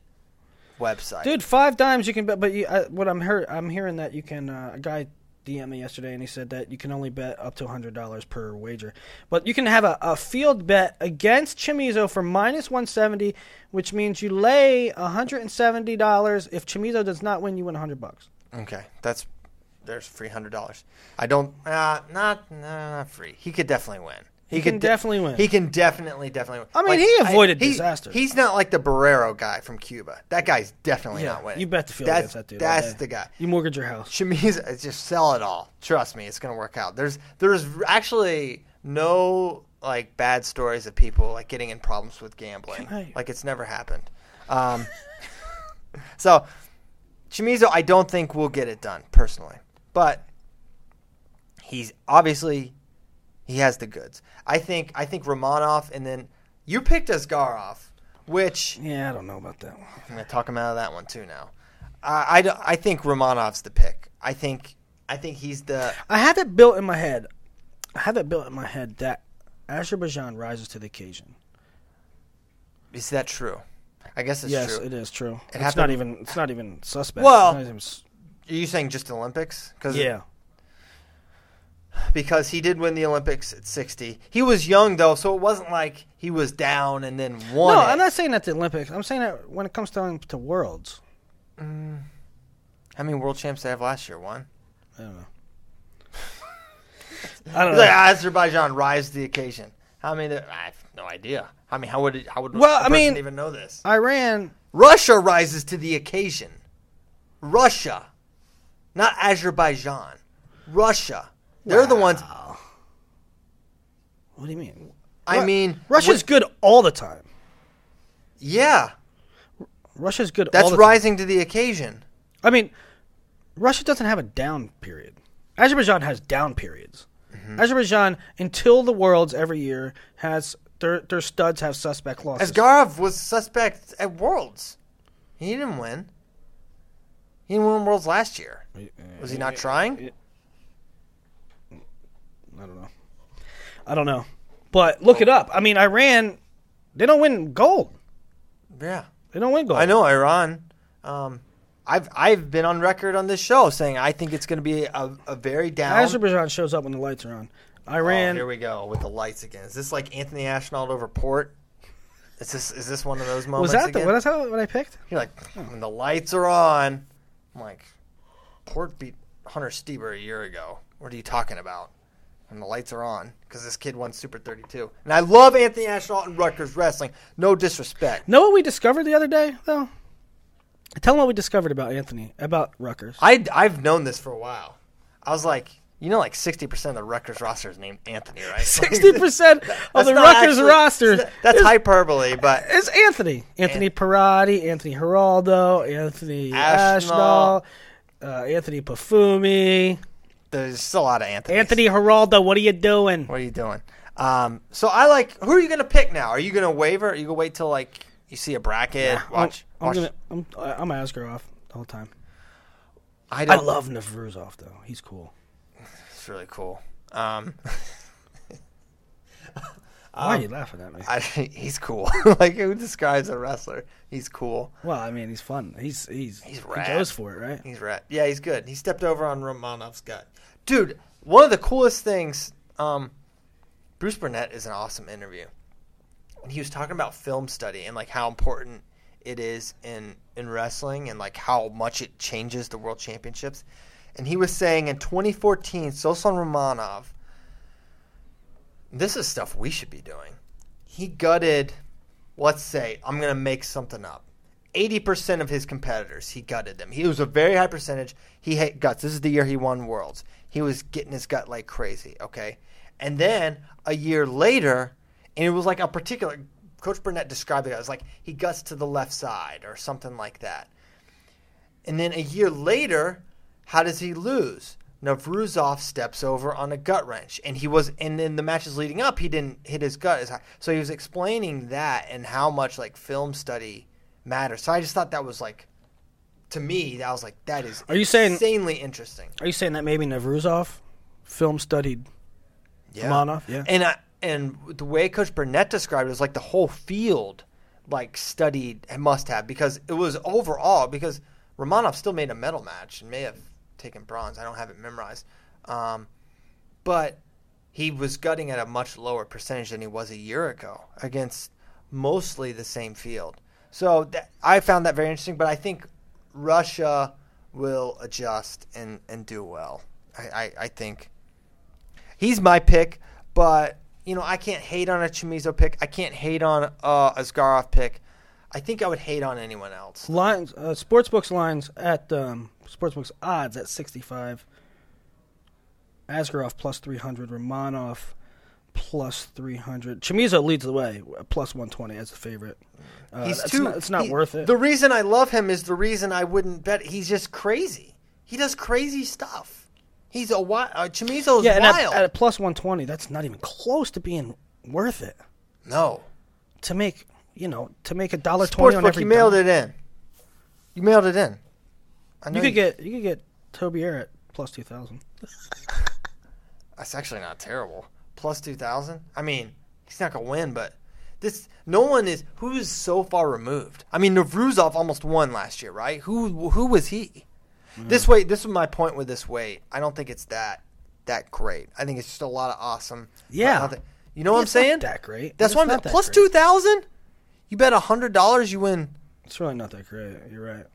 A: website.
B: Dude, five dimes you can bet, but you, I, what I'm hear, I'm hearing that you can. Uh, a guy DM me yesterday, and he said that you can only bet up to hundred dollars per wager, but you can have a, a field bet against Chimizo for minus one seventy, which means you lay hundred and seventy dollars. If Chimizo does not win, you win hundred bucks.
A: Okay, that's there's three hundred dollars. I don't uh, not no, not free. He could definitely win.
B: He can definitely win.
A: He can definitely definitely. Win.
B: I mean, he avoided
A: he-
B: disaster.
A: He's not like the Barrero guy from Cuba. That guy's definitely not winning.
B: you bet the field
A: That's
B: against that dude. all
A: That's
B: day.
A: the guy.
B: You mortgage your house.
A: Shamiz, it's just sell it all. Trust me, it's gonna work out. There's there's actually no like bad stories of people like getting in problems with gambling.
B: Can I-
A: Like it's never happened. Um, so Chimizo, I don't think will get it done personally, but he's obviously he has the goods. I think I think Romanov, and then you picked Asgarov, which
B: Yeah, I don't know about that one.
A: I'm gonna talk him out of that one too now. I, I don't- I think Romanov's the pick. I think I think he's the
B: I have it built in my head. I have it built in my head that Azerbaijan rises to the occasion.
A: is that true? I guess it's
B: yes,
A: true.
B: it is true. it's
A: happened-
B: not even. It's not even suspect.
A: Well-
B: It's not even s-
A: Are you saying just Olympics? Cause
B: yeah.
A: because he did win the Olympics at 60. He was young though, so it wasn't like he was down and then won.
B: No,
A: it.
B: I'm not saying that the Olympics. I'm saying that when it comes down to worlds.
A: How many world champs did I have last year? One.
B: I don't know. I don't
A: He's
B: know.
A: like "Ah, Azerbaijan rise to the occasion. How many? did- I have no idea. I mean, how would it, how would
B: Well,
A: a
B: I mean-
A: person even know this?
B: Iran.
A: Russia rises to the occasion. Russia, not Azerbaijan. Russia. They're the ones.
B: What do you mean?
A: I
B: Ru-
A: mean,
B: Russia's
A: wh-
B: good all the time.
A: yeah,
B: Russia's good. all
A: that's
B: the
A: rising to the occasion.
B: Time. I mean, Russia doesn't have a down period. Azerbaijan has down periods.
A: Mm-hmm.
B: Azerbaijan, until the worlds every year, has their their studs have suspect losses.
A: Asgarov was suspect at Worlds. He didn't win. He didn't win Worlds last year. Was he not trying?
B: I don't know. I don't know. But look it up. I mean, Iran, they don't win gold.
A: Yeah,
B: They don't win gold.
A: I know Iran. Um, I've I've been on record on this show saying I think it's going to be a, a very down.
B: Azerbaijan shows up when the lights are on.
A: Oh,
B: Iran.
A: here we go with the lights again. Is this like Anthony Ashnall over Port? Is this is this one of those moments?
B: was that the,
A: again?
B: was that what I picked?
A: You're like, "Hmm, when the lights are on. I'm like, Port beat Hunter Steber a year ago. What are you talking about? And the lights are on because this kid won Super 32. And I love Anthony Ashnall and Rutgers wrestling. No disrespect.
B: Know what we discovered the other day, though? Tell them what we discovered about Anthony, about Rutgers.
A: I, I've known this for a while. I was like, you know, like 60% of the Rutgers roster is named Anthony, right?
B: 60% of
A: That's
B: the
A: not
B: Rutgers
A: actually-
B: roster
A: That's
B: is,
A: hyperbole, but
B: is Anthony. Anthony Parati, Anthony Geraldo, Anthony
A: Ashnall.
B: Ashnall, uh, Anthony Pafumi.
A: there's still a lot of Anthony.
B: Anthony Geraldo, what are you doing?
A: What are you doing? Um, so I like. Who are you gonna pick now? Are you gonna waiver? Are you gonna wait till like you see a bracket? Watch.
B: I'm, I'm
A: watch.
B: gonna I'm I'm Asgrove the whole time.
A: I
B: I
A: don't.
B: love Nevruzov though. He's cool.
A: It's really cool. Um,
B: Why are you laughing at me?
A: I, he's cool. like who describes a wrestler? He's cool.
B: well, I mean he's fun. He's he's,
A: He's
B: he
A: rad.
B: goes for it, right?
A: He's right. Yeah, he's good. He stepped over on Romanov's gut. Dude, one of the coolest things, um, Bruce Burnett is an awesome interview. And he was talking about film study and like how important it is in in wrestling and like how much it changes the world championships. And he was saying in 2014, Sosan Romanov, this is stuff we should be doing. He gutted, let's say, I'm going to make something up. 80% of his competitors, he gutted them. He was a very high percentage. He hit guts. This is the year he won Worlds. He was getting his gut like crazy, okay? And then a year later, and it was like a particular, Coach Burnett described it as like he guts to the left side or something like that. And then a year later, how does he lose? Navruzov steps over on a gut wrench, and he was, and in the matches leading up, he didn't hit his gut as high. So he was explaining that and how much like film study matters. So I just thought that was like, to me, that was like that is.
B: Are you saying-
A: insanely interesting?
B: Are you saying that maybe Nevruzov film studied
A: Yeah.
B: Romanov? Yeah.
A: And I, and the way Coach Burnett described it was like the whole field like studied and must have because it was overall because Romanov still made a medal match and may have taken bronze. I don't have it memorized, um, but he was gutting at a much lower percentage than he was a year ago against mostly the same field. So that, I found that very interesting, but I think Russia will adjust and, and do well. I, I, I think he's my pick, but you know I can't hate on a Chimizo pick. I can't hate on uh, a Zgarov pick. I think I would hate on anyone else.
B: Lines uh, sportsbooks lines at um, sportsbooks odds at sixty five. Askarov plus three hundred. Romanov plus three hundred. Chimizo leads the way uh, plus one twenty as the favorite. Uh,
A: He's
B: it's
A: too.
B: Not, it's not
A: he-
B: worth it.
A: The reason I love him is the reason I wouldn't bet. He's just crazy. He does crazy stuff. He's a wild. Uh, Chimizo's
B: yeah, and at,
A: wild.
B: at a plus one twenty, that's not even close to being worth it
A: no.
B: to make. You know, to make a dollar twenty on
A: Sportsbook,
B: every
A: you mailed
B: dime.
A: it in. You mailed it in. I know
B: You could get you could get Tobier at plus two thousand.
A: That's actually not terrible. Plus two thousand. I mean, he's not gonna win, but this no one is who is so far removed. I mean, Navruzov almost won last year, right? Who who was he?
B: Mm.
A: This way, this was my point with this weight. I don't think it's that that great. I think it's just a lot of awesome.
B: Yeah.
A: I don't think- you know what I'm
B: It's not
A: saying?
B: that great.
A: That's
B: It's
A: why I'm
B: not that
A: plus
B: great.
A: two thousand. You bet hundred dollars, you win
B: It's really not that great. You're right.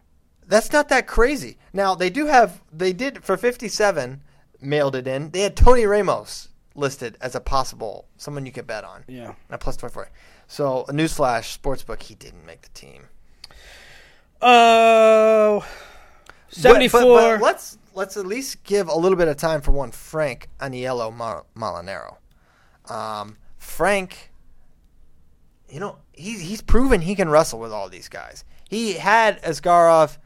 A: that's not that crazy. Now they do have they did for fifty seven mailed it in. They had Tony Ramos listed as a possible someone you could bet on.
B: Yeah.
A: At plus twenty four. So a newsflash, sportsbook, he didn't make the team.
B: Oh,
A: But-
B: 74.
A: But, but let's let's at least give a little bit of time for one Frank Aniello Mal- Molinaro. Um, Frank, you know he's he's proven he can wrestle with all these guys. He had Asgarov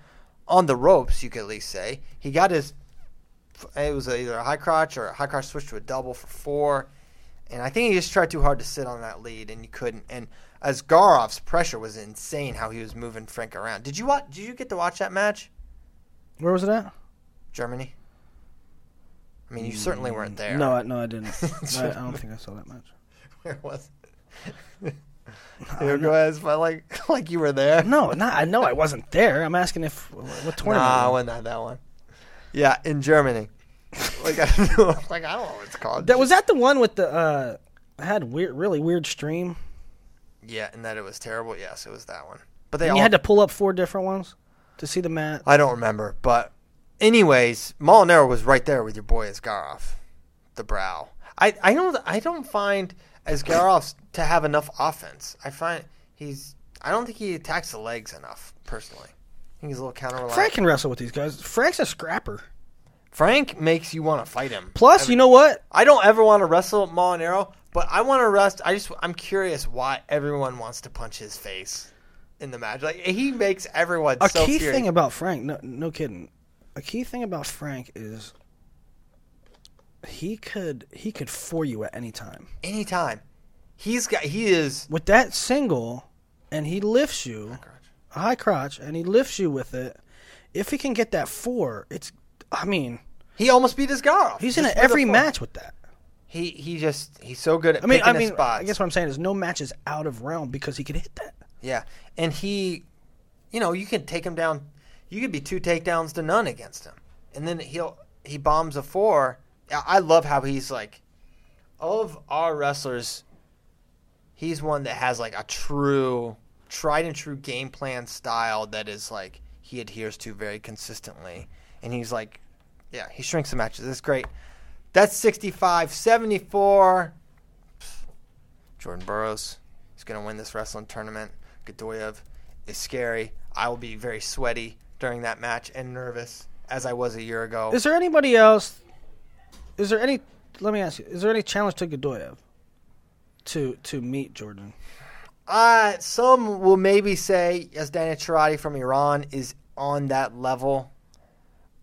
A: on the ropes, you could at least say. He got his it was either a high crotch or a high crotch switch to a double for four. And I think he just tried too hard to sit on that lead, and you couldn't. And Asgarov's pressure was insane. How he was moving Frank around. Did you watch? Did you get to watch that match?
B: Where was it at?
A: Germany? I mean, you certainly weren't there.
B: No, I, no, I didn't. I, I don't think I saw that much.
A: where was? it? Your guys, but like, like you were there.
B: No, not, I know I wasn't there. I'm asking if what tournament.
A: nah, I wasn't at that one. Yeah, in Germany. like, I don't know, like I don't know what it's called.
B: that was that the one with the uh, I had weird, really weird stream.
A: yeah, and that it was terrible. Yes, it was that one. But they
B: And
A: all.
B: you had to pull up four different ones to see the mat.
A: I don't remember, but anyways, Molinaro was right there with your boy Asgarov, the brow. I, I don't I don't find Asgarov to have enough offense. I find he's I don't think he attacks the legs enough personally. I think he's a little counter reliant.
B: Frank
A: Frank,
B: can wrestle with these guys. Frank's a scrapper.
A: makes you want to fight him.
B: Plus, you know what?
A: I don't ever want to wrestle Molinaro, but I want to rest. I just I'm curious why everyone wants to punch his face in the match. Like he makes everyone
B: A
A: so
B: key
A: furious.
B: thing about Frank, no, no kidding. A key thing about Frank is he could he could for you at any time.
A: Anytime. He's got he is
B: With that single and he lifts you a high crotch and he lifts you with it. If he can get that four, it's I mean,
A: he almost beat his guy off.
B: he's in
A: Just with
B: a-
A: a
B: every
A: four.
B: match with that.
A: He he just he's so good at
B: I mean,
A: picking
B: I mean,
A: his spots.
B: I guess what I'm saying is no match is out of realm because he could hit that.
A: Yeah, and he, you know, you can take him down. You could be two takedowns to none against him, and then he'll he bombs a four. I I love how he's like, of our wrestlers, he's one that has like a true, tried and true game plan style that is like he adheres to very consistently, and he's like, yeah, he shrinks the matches. That's great. That's 65, 74. Jordan Burroughs is going to win this wrestling tournament. Godoyev is scary. I will be very sweaty during that match and nervous as I was a year ago.
B: Is there anybody else? Is there any? Let me ask you. Is there any challenge to Godoyev to to meet Jordan?
A: Uh, some will maybe say Yazdani Chirati from Iran is on that level.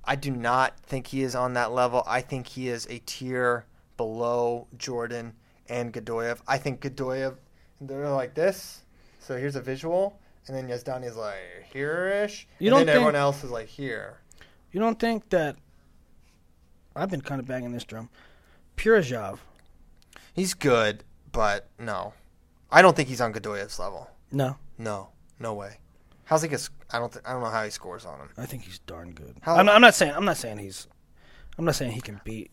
A: I do not think he is on that level. I think he is a tier below Jordan and Godoyev. I think Godoyev, they're like this. So here's a visual. And then Yazdani is like here-ish.
B: You
A: and
B: don't
A: then
B: think-
A: everyone else is like here.
B: You don't think that? I've been kind of banging this drum. Purajov.
A: He's good, but no. I don't think he's on Godoyev's level.
B: No,
A: No. No way. How's he get, I don't th- I don't know how he scores on him.
B: I think he's darn good.
A: How-
B: I'm, I'm not saying. I'm not saying he's. I'm not saying he can beat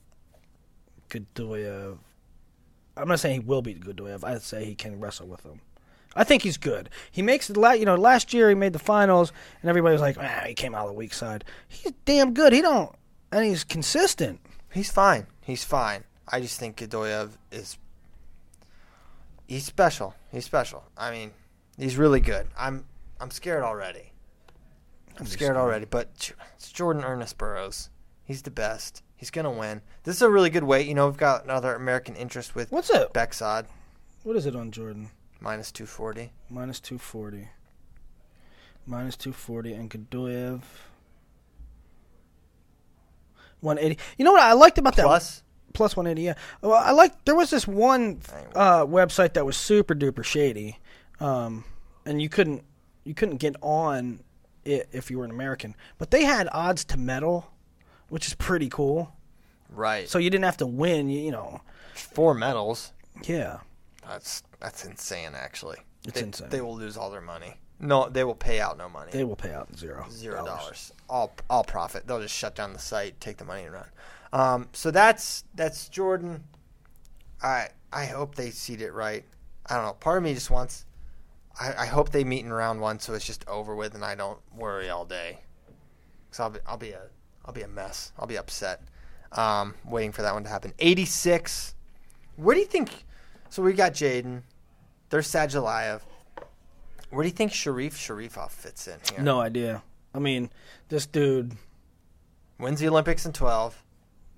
B: Godoyev. I'm not saying he will beat Godoyev. I'd say he can wrestle with him. I think he's good. He makes the la- you know last year he made the finals and everybody was like, ah, he came out of the weak side. He's damn good. He don't and he's consistent.
A: He's fine. He's fine. I just think Godoyev is. He's special. He's special. I mean, he's really good. I'm I'm scared already. I'm scared already. But J- it's Jordan Ernest Burroughs. He's the best. He's gonna win. This is a really good weight. You know, we've got another American interest with
B: What's it?
A: Beksad
B: What is it on Jordan?
A: minus two forty.
B: Minus two forty. Minus two forty and Godoyev. One eighty. You know what I liked about that
A: Plus,
B: plus 180 yeah well i like there was this one uh, website that was super duper shady um, and you couldn't you couldn't get on it if you were an american but they had odds to medal which is pretty cool
A: right?
B: so
A: So
B: you didn't have to win you, you know
A: four medals.
B: yeah
A: That's that's insane. Actually,
B: It's
A: They-
B: insane.
A: They will lose all their money. No, they will pay out no money.
B: they will pay out zero
A: zero dollars. All all profit. They'll just shut down the site, take the money, and run. Um, so that's that's Jordan. I I hope they seed it right. I don't know. Part of me just wants. I, I hope they meet in round one, so it's just over with, and I don't worry all day. Cause I'll be I'll be a I'll be a mess. I'll be upset. Um, waiting for that one to happen. Eighty six. Where do you think? So we got Jaden. There's Sajalayev. Where do you think Sharif Sharifov fits in here?
B: no idea i mean this dude
A: wins the Olympics in 12,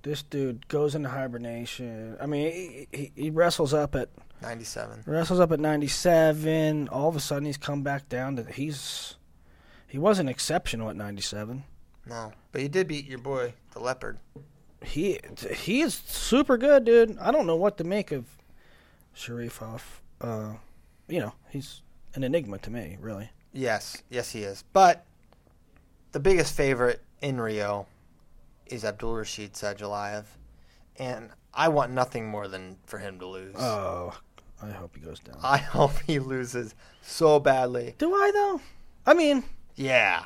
B: this dude goes into hibernation i mean he, he, he wrestles up at
A: 97.
B: Wrestles up at 97. All of a sudden, he's come back down to he's he wasn't exceptional at 97.
A: No, but you did beat your boy, the Leopard.
B: He he is super good, dude. I don't know what to make of Sharifov. Uh, you know, he's an enigma to me, really.
A: Yes, yes, he is. But the biggest favorite in Rio is Abdul Rashid Sajalayev, and I want nothing more than for him to lose.
B: Oh, I hope he goes down.
A: I hope he loses so badly.
B: Do I though? I mean,
A: Yeah,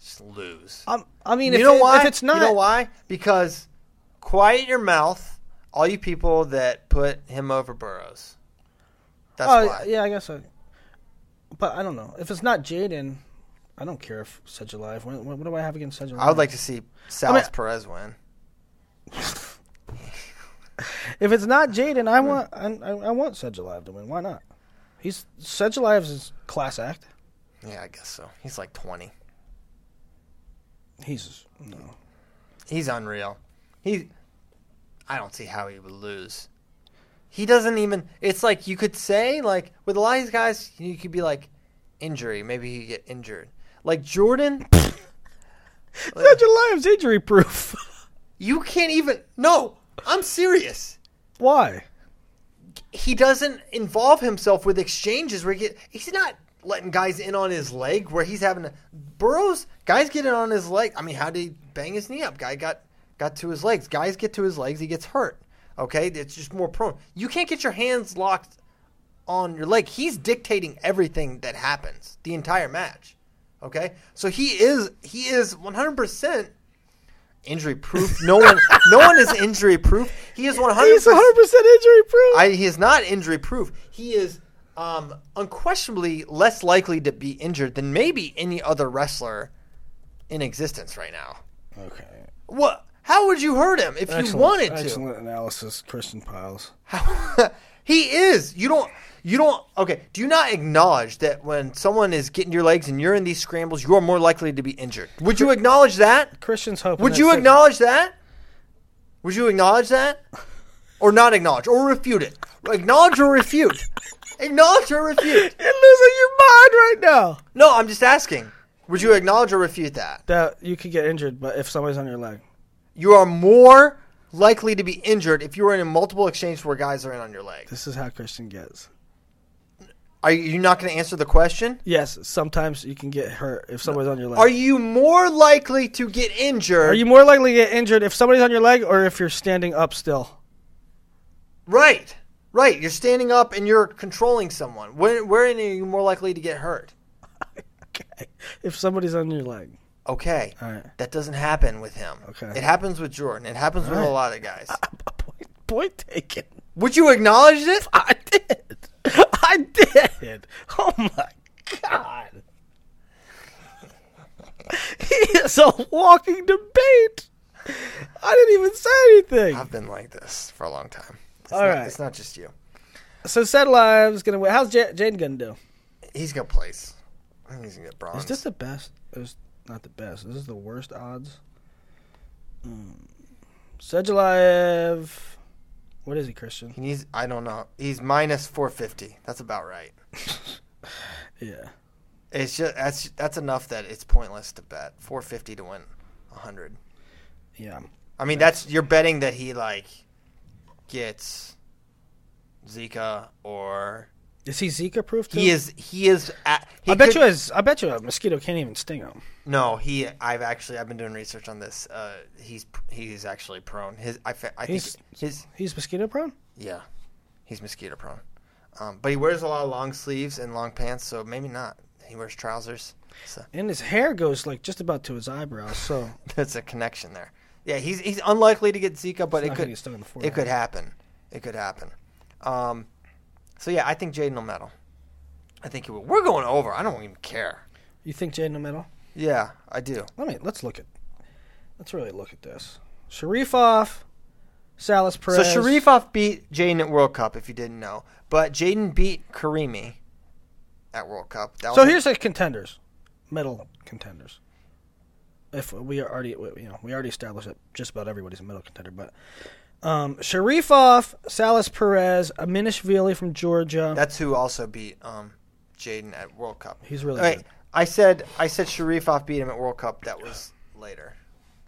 A: just lose.
B: I'm, I mean,
A: you
B: if,
A: know
B: it-
A: why?
B: if it's not,
A: you know why? Because quiet your mouth, all you people that put him over Burrows. That's
B: Oh
A: why.
B: yeah, I guess so. But I don't know if it's not Jaden. I don't care if Sedge alive. What, what do I have against Sedge alive?
A: I would like to see Salas Perez win.
B: If it's not Jaden, I want I, I I want Sedgelive to win. Why not? He's Sedgeliv's is class act.
A: Yeah, I guess so. He's like 20.
B: He's no.
A: He's unreal. He I don't see how he would lose. He doesn't even it's like you could say like with a lot of these guys you could be like injury, maybe he get injured. Like Jordan,
B: Sedgeliv's injury proof.
A: you can't even No, I'm serious.
B: Why?
A: He doesn't involve himself with exchanges where he get, he's not letting guys in on his leg where he's having to, Burrows guys get in on his leg. I mean, how did he bang his knee up? Guy got got to his legs. Guys get to his legs, he gets hurt. Okay, it's just more prone. You can't get your hands locked on your leg. He's dictating everything that happens the entire match. Okay, so he is he is 100 percent injury proof. No one no one is injury proof. He is 100.
B: He's 100 percent injury proof.
A: I, he is not injury proof. He is um, unquestionably less likely to be injured than maybe any other wrestler in existence right now.
B: okay.
A: What? How would you hurt him if you wanted to?
B: Excellent analysis, Christian Piles.
A: he is. You don't. You don't. Okay. Do you not acknowledge that when someone is getting your legs and you're in these scrambles, you are more likely to be injured? Would you acknowledge that?
B: Christian's hoping.
A: Would
B: that
A: you
B: Sig-
A: acknowledge that? Would you acknowledge that, or not acknowledge, or refute it? Acknowledge or refute. acknowledge or refute.
B: You're losing your mind right now.
A: No, I'm just asking. Would you acknowledge or refute that?
B: That you could get injured, but if somebody's on your leg,
A: You are more likely to be injured if you are in a multiple exchange where guys are in on your leg.
B: this is how Christian gets.
A: Are you not going to answer the question?
B: Yes, sometimes you can get hurt if somebody's on your leg.
A: Are you more likely to get injured?
B: Are you more likely to get injured if somebody's on your leg or if you're standing up still?
A: right? Right. You're standing up and you're controlling someone. When, wherein are you more likely to get hurt?
B: Okay. If somebody's on your leg.
A: Okay.
B: All right.
A: That doesn't happen with him.
B: Okay.
A: It happens with Jordan. It happens with a lot of guys.
B: Point, point taken.
A: Would you acknowledge this?
B: I did. I did. Oh my god. He is a walking debate. I didn't even say anything.
A: I've been like this for a long time. It's
B: All
A: not,
B: right.
A: It's not just you.
B: So Sad Live's gonna win. How's J- Jade gonna do?
A: He's gonna place. I think he's gonna get bronze.
B: Is this the best? It's not the best. This is the worst odds. Hmm. Mm. Sedulayev. What is he, Christian?
A: He needs. I don't know. He's minus four fifty. That's about right.
B: Yeah.
A: It's just that's that's enough that it's pointless to bet four fifty to win hundred.
B: Yeah.
A: I mean, that's you're betting that he like gets Zika or
B: Is he Zika proof too?
A: he is he is. At, he
B: I bet
A: could-
B: you as I bet you a mosquito can't even sting him.
A: No, he. I've actually I've been doing research on this. Uh, he's he's actually prone. His I, fe- I think
B: He's-
A: his
B: He's mosquito prone.
A: yeah, he's mosquito prone. Um, but he wears a lot of long sleeves and long pants, so maybe not. He wears trousers. So.
B: And his hair goes like just about to his eyebrows, so
A: There's a connection there. Yeah, he's he's unlikely to get Zika, but
B: not
A: it
B: gonna
A: could
B: get stuck in the
A: it
B: forehead.
A: could happen. It could happen. Um, so yeah, I think Jaden will medal. I think he will. We're going over. I don't even care.
B: you think Jade in the middle?
A: Yeah, I do.
B: Let me let's look at let's really look at this. Sharifov, Salas
A: So
B: Perez.
A: Sharifov beat Jaden at World Cup, if you didn't know, but Jaden beat Karimi at World Cup. That
B: So
A: was-
B: here's the contenders, medal contenders. If we are already, we- you know, we already established that just about everybody's a medal contender. But um, Sharifov, Salas Perez, Aminishvili from Georgia.
A: that's who also beat um, Jaden at World Cup.
B: He's really
A: Wait,
B: good.
A: I said I said Sharifov beat him at World Cup. That was later.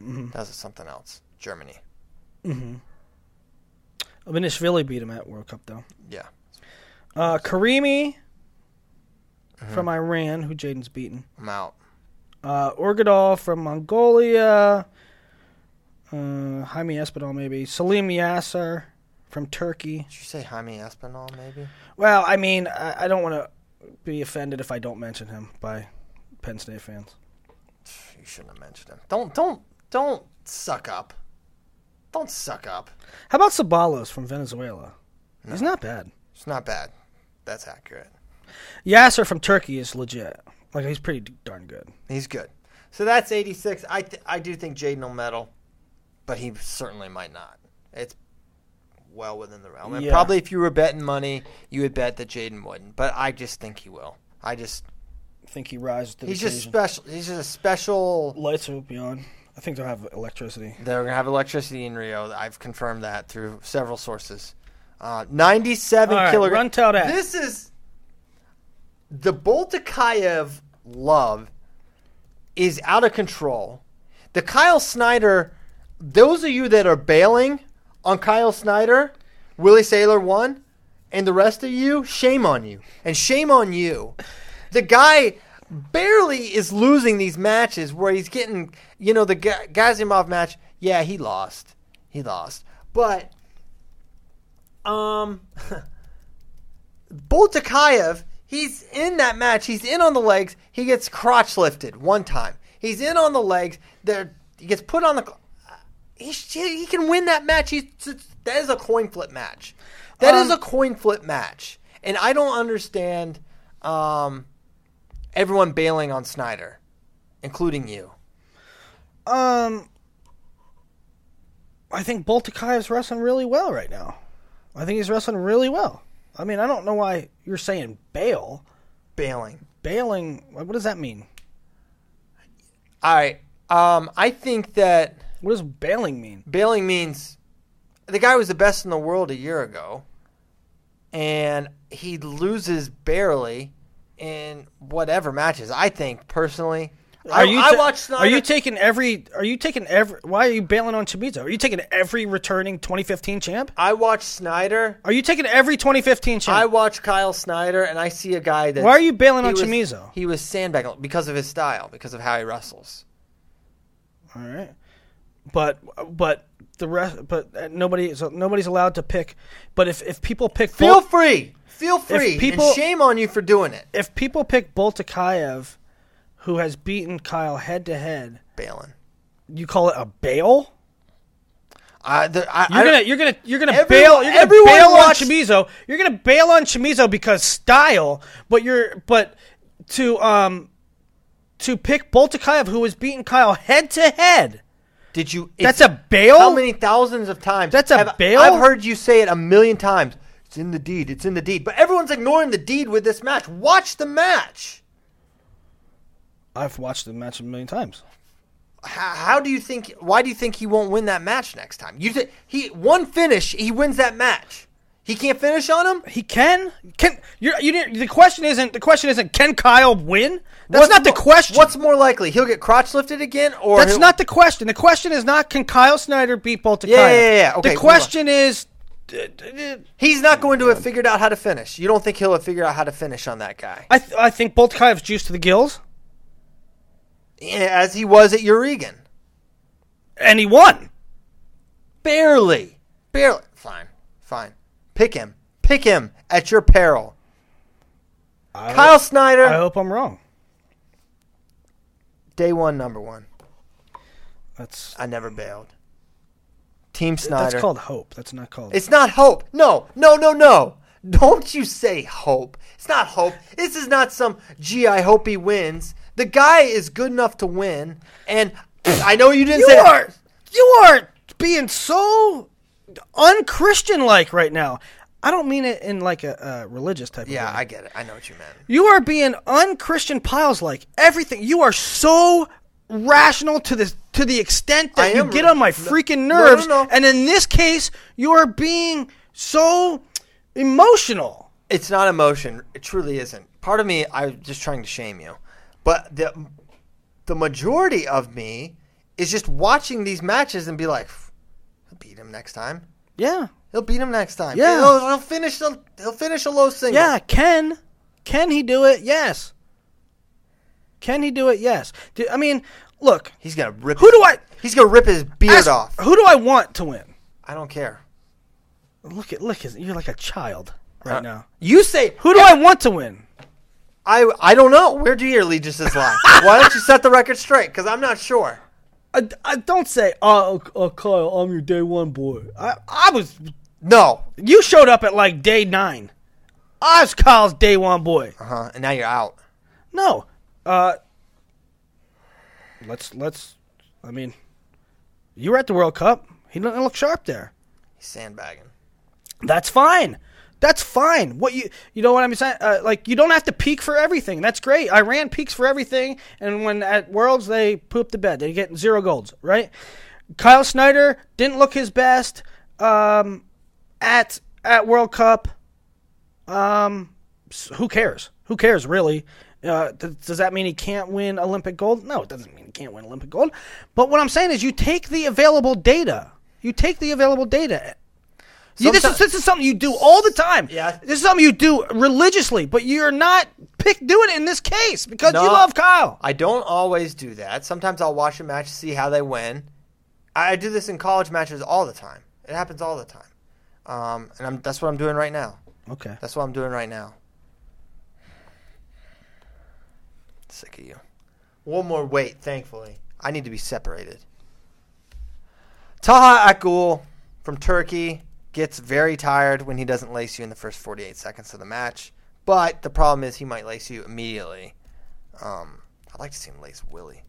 B: Mm-hmm.
A: That was something else. Germany.
B: Aminishvili beat him at World Cup though.
A: Yeah.
B: Uh, Karimi from Iran, who Jaden's beaten.
A: I'm out.
B: Uh, Orgadov from Mongolia. Uh, Jaime Espinal, maybe. Salim Yasser from Turkey.
A: Did you say Jaime Espinal, maybe?
B: Well, I mean, I, I don't want to be offended if I don't mention him by Penn State fans.
A: You shouldn't have mentioned him. Don't, don't, don't suck up. Don't suck up.
B: How about Sabalos from Venezuela? He's not bad.
A: It's not bad. That's accurate.
B: Yasser from Turkey is legit. Like he's pretty d- darn good.
A: He's good. So that's 86. I, th- I do think Jaden will medal, but he certainly might not. It's well within the realm. And
B: Yeah.
A: probably if you were betting money, you would bet that Jaden wouldn't. But I just think he will. I just,
B: I think he rises to the
A: he's just
B: occasion.
A: special. He's just a special
B: lights will be on. I think they'll have electricity.
A: They're going to have electricity in Rio. I've confirmed that through several sources. Uh, 97
B: All right,
A: kilograms.
B: run tell that.
A: This is the Boltikayev love is out of control. The Kyle Snyder, those of you that are bailing on Kyle Snyder, Willie Sailor won, and the rest of you, shame on you. And shame on you. The guy barely is losing these matches where he's getting, you know, the Ga- Gazimov match. Yeah, he lost. He lost. But, um, Boltakayev, he's in that match. He's in on the legs. He gets crotch lifted one time. He's in on the legs. There, he gets put on the. He, sh- he can win that match. He's, that is a coin flip match. That is
B: Um,
A: a coin flip match. And I don't understand um, everyone bailing on Snyder, including you.
B: Um, I think Boltikayev's wrestling really well right now. I think he's wrestling really well. I mean, I don't know why you're saying bail.
A: Bailing.
B: Bailing, what what does that mean?
A: All right. Um, I think that
B: What does bailing mean?
A: bailing means the guy was the best in the world a year ago, and he loses barely in whatever matches. I think personally, I, I
B: ta-
A: watch Snyder.
B: Are you taking every? Are you taking every? Why are you bailing on Chimizo? Are you taking every returning 2015 champ?
A: I watch Snyder.
B: Are you taking every 2015 champ?
A: I watch Kyle Snyder, and I see a guy that.
B: Why are you bailing
A: he
B: on
A: was-
B: Chimizo?
A: He was sandbagging because of his style, because of how he wrestles.
B: All right, but but the rest, but uh, nobody so nobody's allowed to pick. But if if people pick
A: Feel
B: Bol-
A: free, feel free. and
B: people-
A: shame on you for doing it,
B: if people pick Boltikayev, who has beaten Kyle head to head,
A: Balin.
B: you call it a bail?
A: I, the, I,
B: You're
A: I,
B: gonna you're gonna you're gonna
A: Everyone-
B: bail you're gonna
A: everyone
B: bail
A: watched-
B: on Chimizo. You're gonna bail on Chimizo because style, but you're but to um to pick Boltikayev, who has beaten Kyle head to head.
A: Did you?
B: That's
A: it's-
B: a bail?
A: How many thousands of times?
B: That's a
A: have-
B: bail?
A: I've heard you say it a million times. It's in the deed. It's in the deed. But everyone's ignoring the deed with this match. Watch the match.
B: I've watched the match a million times.
A: How, how do you think? Why do you think he won't win that match next time? You think he one finish? He wins that match. He can't finish on him.
B: He can can you're, you didn't, the question isn't the question isn't can Kyle win? That's not the
A: mo-
B: question.
A: What's more likely? He'll get crotch lifted again, or
B: That's
A: he'll-
B: not the question. The question is not can Kyle Snyder beat Boltikayev.
A: Yeah, yeah, yeah, okay,
B: the
A: move
B: question is. d- d- d-
A: He's not going to have figured out how to finish. You don't think he'll have figured out how to finish on that guy?
B: I, th- I think Boltikayev's juiced to the gills,
A: Yeah, Eh, As he was at Euregan.
B: and he won.
A: Barely. Barely. Fine. Fine. Pick him. Pick him at your peril. Kyle Snyder,
B: I hope I'm wrong.
A: day one, number one.
B: That's
A: I never bailed. Team Snyder.
B: that's called hope. That's not called.
A: it's not hope. No, no, no, no. Don't you say hope. It's not hope. This is not some, gee, I hope he wins. The guy is good enough to win. And I know you didn't
B: you
A: say that.
B: are you are being so unchristian like right now. I don't mean it in like a, a religious type.
A: Yeah,
B: of way.
A: I get it. I know what you meant.
B: You are being unchristian piles like everything. You are so rational to the to the extent
A: I
B: that you
A: am
B: get
A: ra-
B: on my
A: no-
B: freaking
A: no, no,
B: nerves.
A: no.
B: And in this case, you are being so emotional.
A: It's not emotion. It truly isn't. Part of me, I'm just trying to shame you, but the the majority of me is just watching these matches and be like, he'll beat him next time.
B: Yeah.
A: He'll beat him next time.
B: Yeah.
A: he'll, he'll finish. the he'll finish a low single.
B: Yeah, can can he do it? Yes. Can he do it? Yes. Do, I mean, look,
A: he's gonna rip.
B: Who
A: his-
B: do I-
A: He's gonna rip his beard
B: ask-
A: off.
B: who do I want to win?
A: I don't care.
B: Look at look, you're like a child right
A: Uh,
B: now.
A: You say
B: Who do I want to win?
A: I? I don't know. Where do your allegiances lie? Why don't you set the record straight? Because I'm not sure.
B: I, I don't say, oh, oh, Kyle, I'm your day one boy. I, I was,
A: No.
B: you showed up at like day nine. I was Kyle's day one boy.
A: Uh huh. And now you're out.
B: No, uh, let's let's. I mean, you were at the World Cup. He didn't look sharp there.
A: He's sandbagging.
B: That's fine. That's fine. What you you know what I'm saying? Uh, like you don't have to peak for everything. That's great. Iran peaks for everything, and when at Worlds they poop the bed. They get zero golds, right? Kyle Snyder didn't look his best um, at at World Cup. Um, s- who cares? Who cares really? Uh, th- does that mean he can't win Olympic gold? No, it doesn't mean he can't win Olympic gold. But what I'm saying is, you take the available data You take the available data. You, this, is,
A: Sometimes-
B: this is something you do all the time.
A: Yeah.
B: This is something you do religiously, but you're not pick doing it in this case because you
A: No.
B: love Kyle.
A: I don't always do that. Sometimes I'll watch a match, see how they win. I I do this in college matches all the time. It happens all the time, um, and I'm, that's what I'm doing right now.
B: Okay.
A: That's what I'm doing right now. Sick of you. One more weight, thankfully. I need to be separated. Taha Akul from Turkey gets very tired when he doesn't lace you in the first 48 seconds of the match, but the problem is he might lace you immediately. Um, I'd like to see him lace Willie.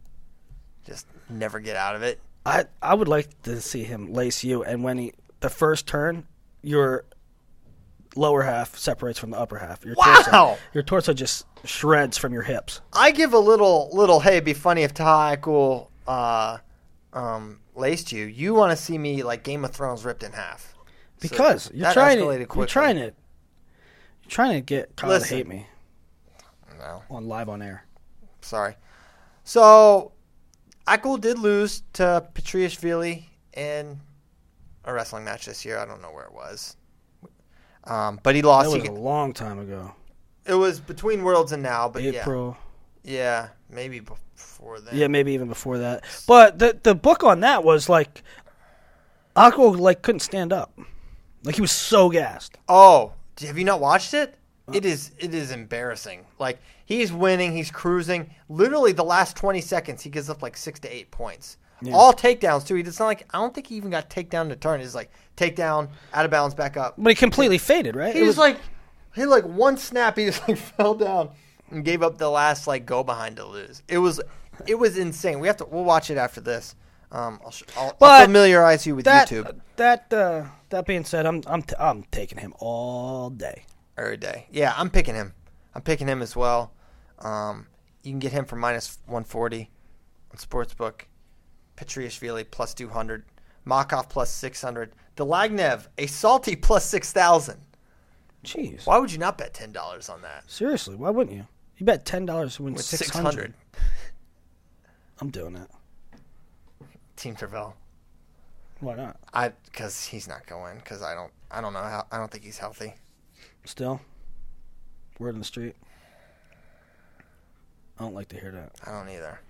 A: Just never get out of it.
B: I I would like to see him lace you, and when he the first turn, your lower half separates from the upper half. Your
A: Wow!
B: Torso, your torso just shreds from your hips.
A: I give a little little hey, it'd be funny if Ty Cool uh, um, laced you. You want to see me like Game of Thrones ripped in half So
B: Because you're
A: that
B: trying
A: escalated
B: to you're
A: quickly.
B: trying to you're trying to get Kyle
A: Listen.
B: to hate me
A: No,
B: on live on air.
A: sorry. So Akul did lose to Petriashvili in a wrestling match this year. I don't know where it was, um, but he
B: That
A: lost.
B: was
A: He-
B: a long time ago.
A: it was between Worlds and now, but
B: April.
A: yeah, yeah, maybe before then.
B: Yeah, maybe even before that. But the the book on that was like Akko like couldn't stand up. Like he was so gassed.
A: Oh, d- have you not watched it? It is it is embarrassing. Like he's winning, he's cruising. Literally the last twenty seconds, he gives up like six to eight points. All takedowns too. He does not like I don't think he even got takedown to turn. It's like takedown, out of bounds, back up.
B: But he completely faded, right?
A: He
B: It
A: was, like he like one snap, he just like fell down and gave up the last like go behind to lose. It was it was insane. We have to we'll watch it after this. Um, I'll, sh- I'll, I'll
B: But
A: familiarize you with
B: that
A: YouTube
B: that uh, that being said, I'm I'm t- I'm taking him all day.
A: every day. Yeah, I'm picking him. I'm picking him as well. Um, you can get him for minus 140 on Sportsbook. Petriashvili plus 200. Makov plus 600. Delagnev, a salty plus 6,000.
B: Jeez,
A: Why would you not bet $10 on that?
B: seriously, why wouldn't you? You bet ten dollars to win
A: With
B: six
A: 600.
B: hundred. I'm doing it.
A: Team Travell.
B: Why not?
A: I because he's not going because I don't I don't know how I don't think he's healthy.
B: Still, word on the street. I don't like to hear that.
A: I don't either.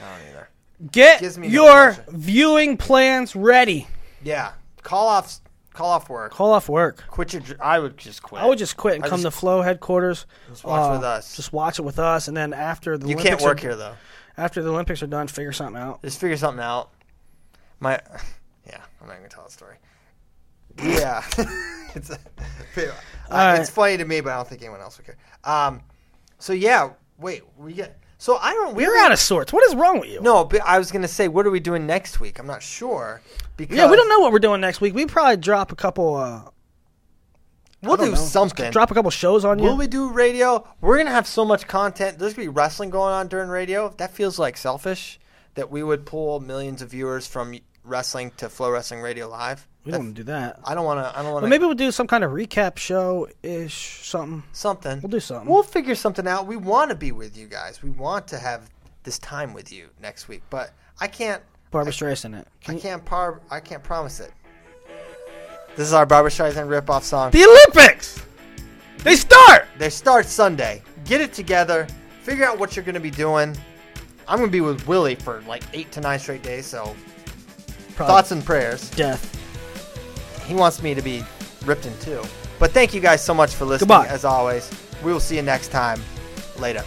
A: I don't either.
B: Get
A: Gives me no
B: your
A: pleasure.
B: viewing plans ready.
A: Yeah, call off call off work.
B: Call off work.
A: Quit your. dr- I would just quit.
B: I would just quit and
A: I
B: come
A: just-
B: to Flow headquarters. Just
A: watch with us.
B: Just watch it with us, and then after the
A: You
B: Olympics
A: can't work
B: are,
A: here though.
B: After the Olympics are done, figure something out.
A: Just figure something out. My, yeah, I'm not gonna tell the story. Yeah, it's, uh,
B: right.
A: it's funny to me, but I don't think anyone else would care. Um, so yeah, wait, we get. So I don't. We
B: You're
A: don't-
B: out of sorts. What is wrong with you?
A: No, but I was gonna say, what are we doing next week? I'm not sure. Because
B: Yeah, we don't know what we're doing next week. We probably drop a couple, uh,
A: We'll
B: don't
A: do
B: know.
A: something.
B: drop a couple shows on you.
A: Will we do radio? We're gonna have so much content. There's gonna be wrestling going on during radio. That feels like selfish that we would pull millions of viewers from wrestling to Flow Wrestling Radio Live.
B: We
A: That-
B: don't want to do that.
A: I don't want to. I don't want
B: But
A: to.
B: maybe we'll do some kind of recap show ish something.
A: something.
B: We'll do something.
A: We'll figure something out. We want to be with you guys. We want to have this time with you next week. But I can't.
B: Barbara Streisand. It.
A: I can't. Par- I can't promise it. This is our Barbara Streisand rip-off song.
B: The Olympics. They start.
A: They start Sunday. Get it together. Figure out what you're going to be doing. I'm going to be with Willie for like eight to nine straight days. So
B: Probably
A: thoughts and prayers.
B: death.
A: He wants me to be ripped in two. But thank you guys so much for listening.
B: Goodbye.
A: As always, we will see you next time. Later.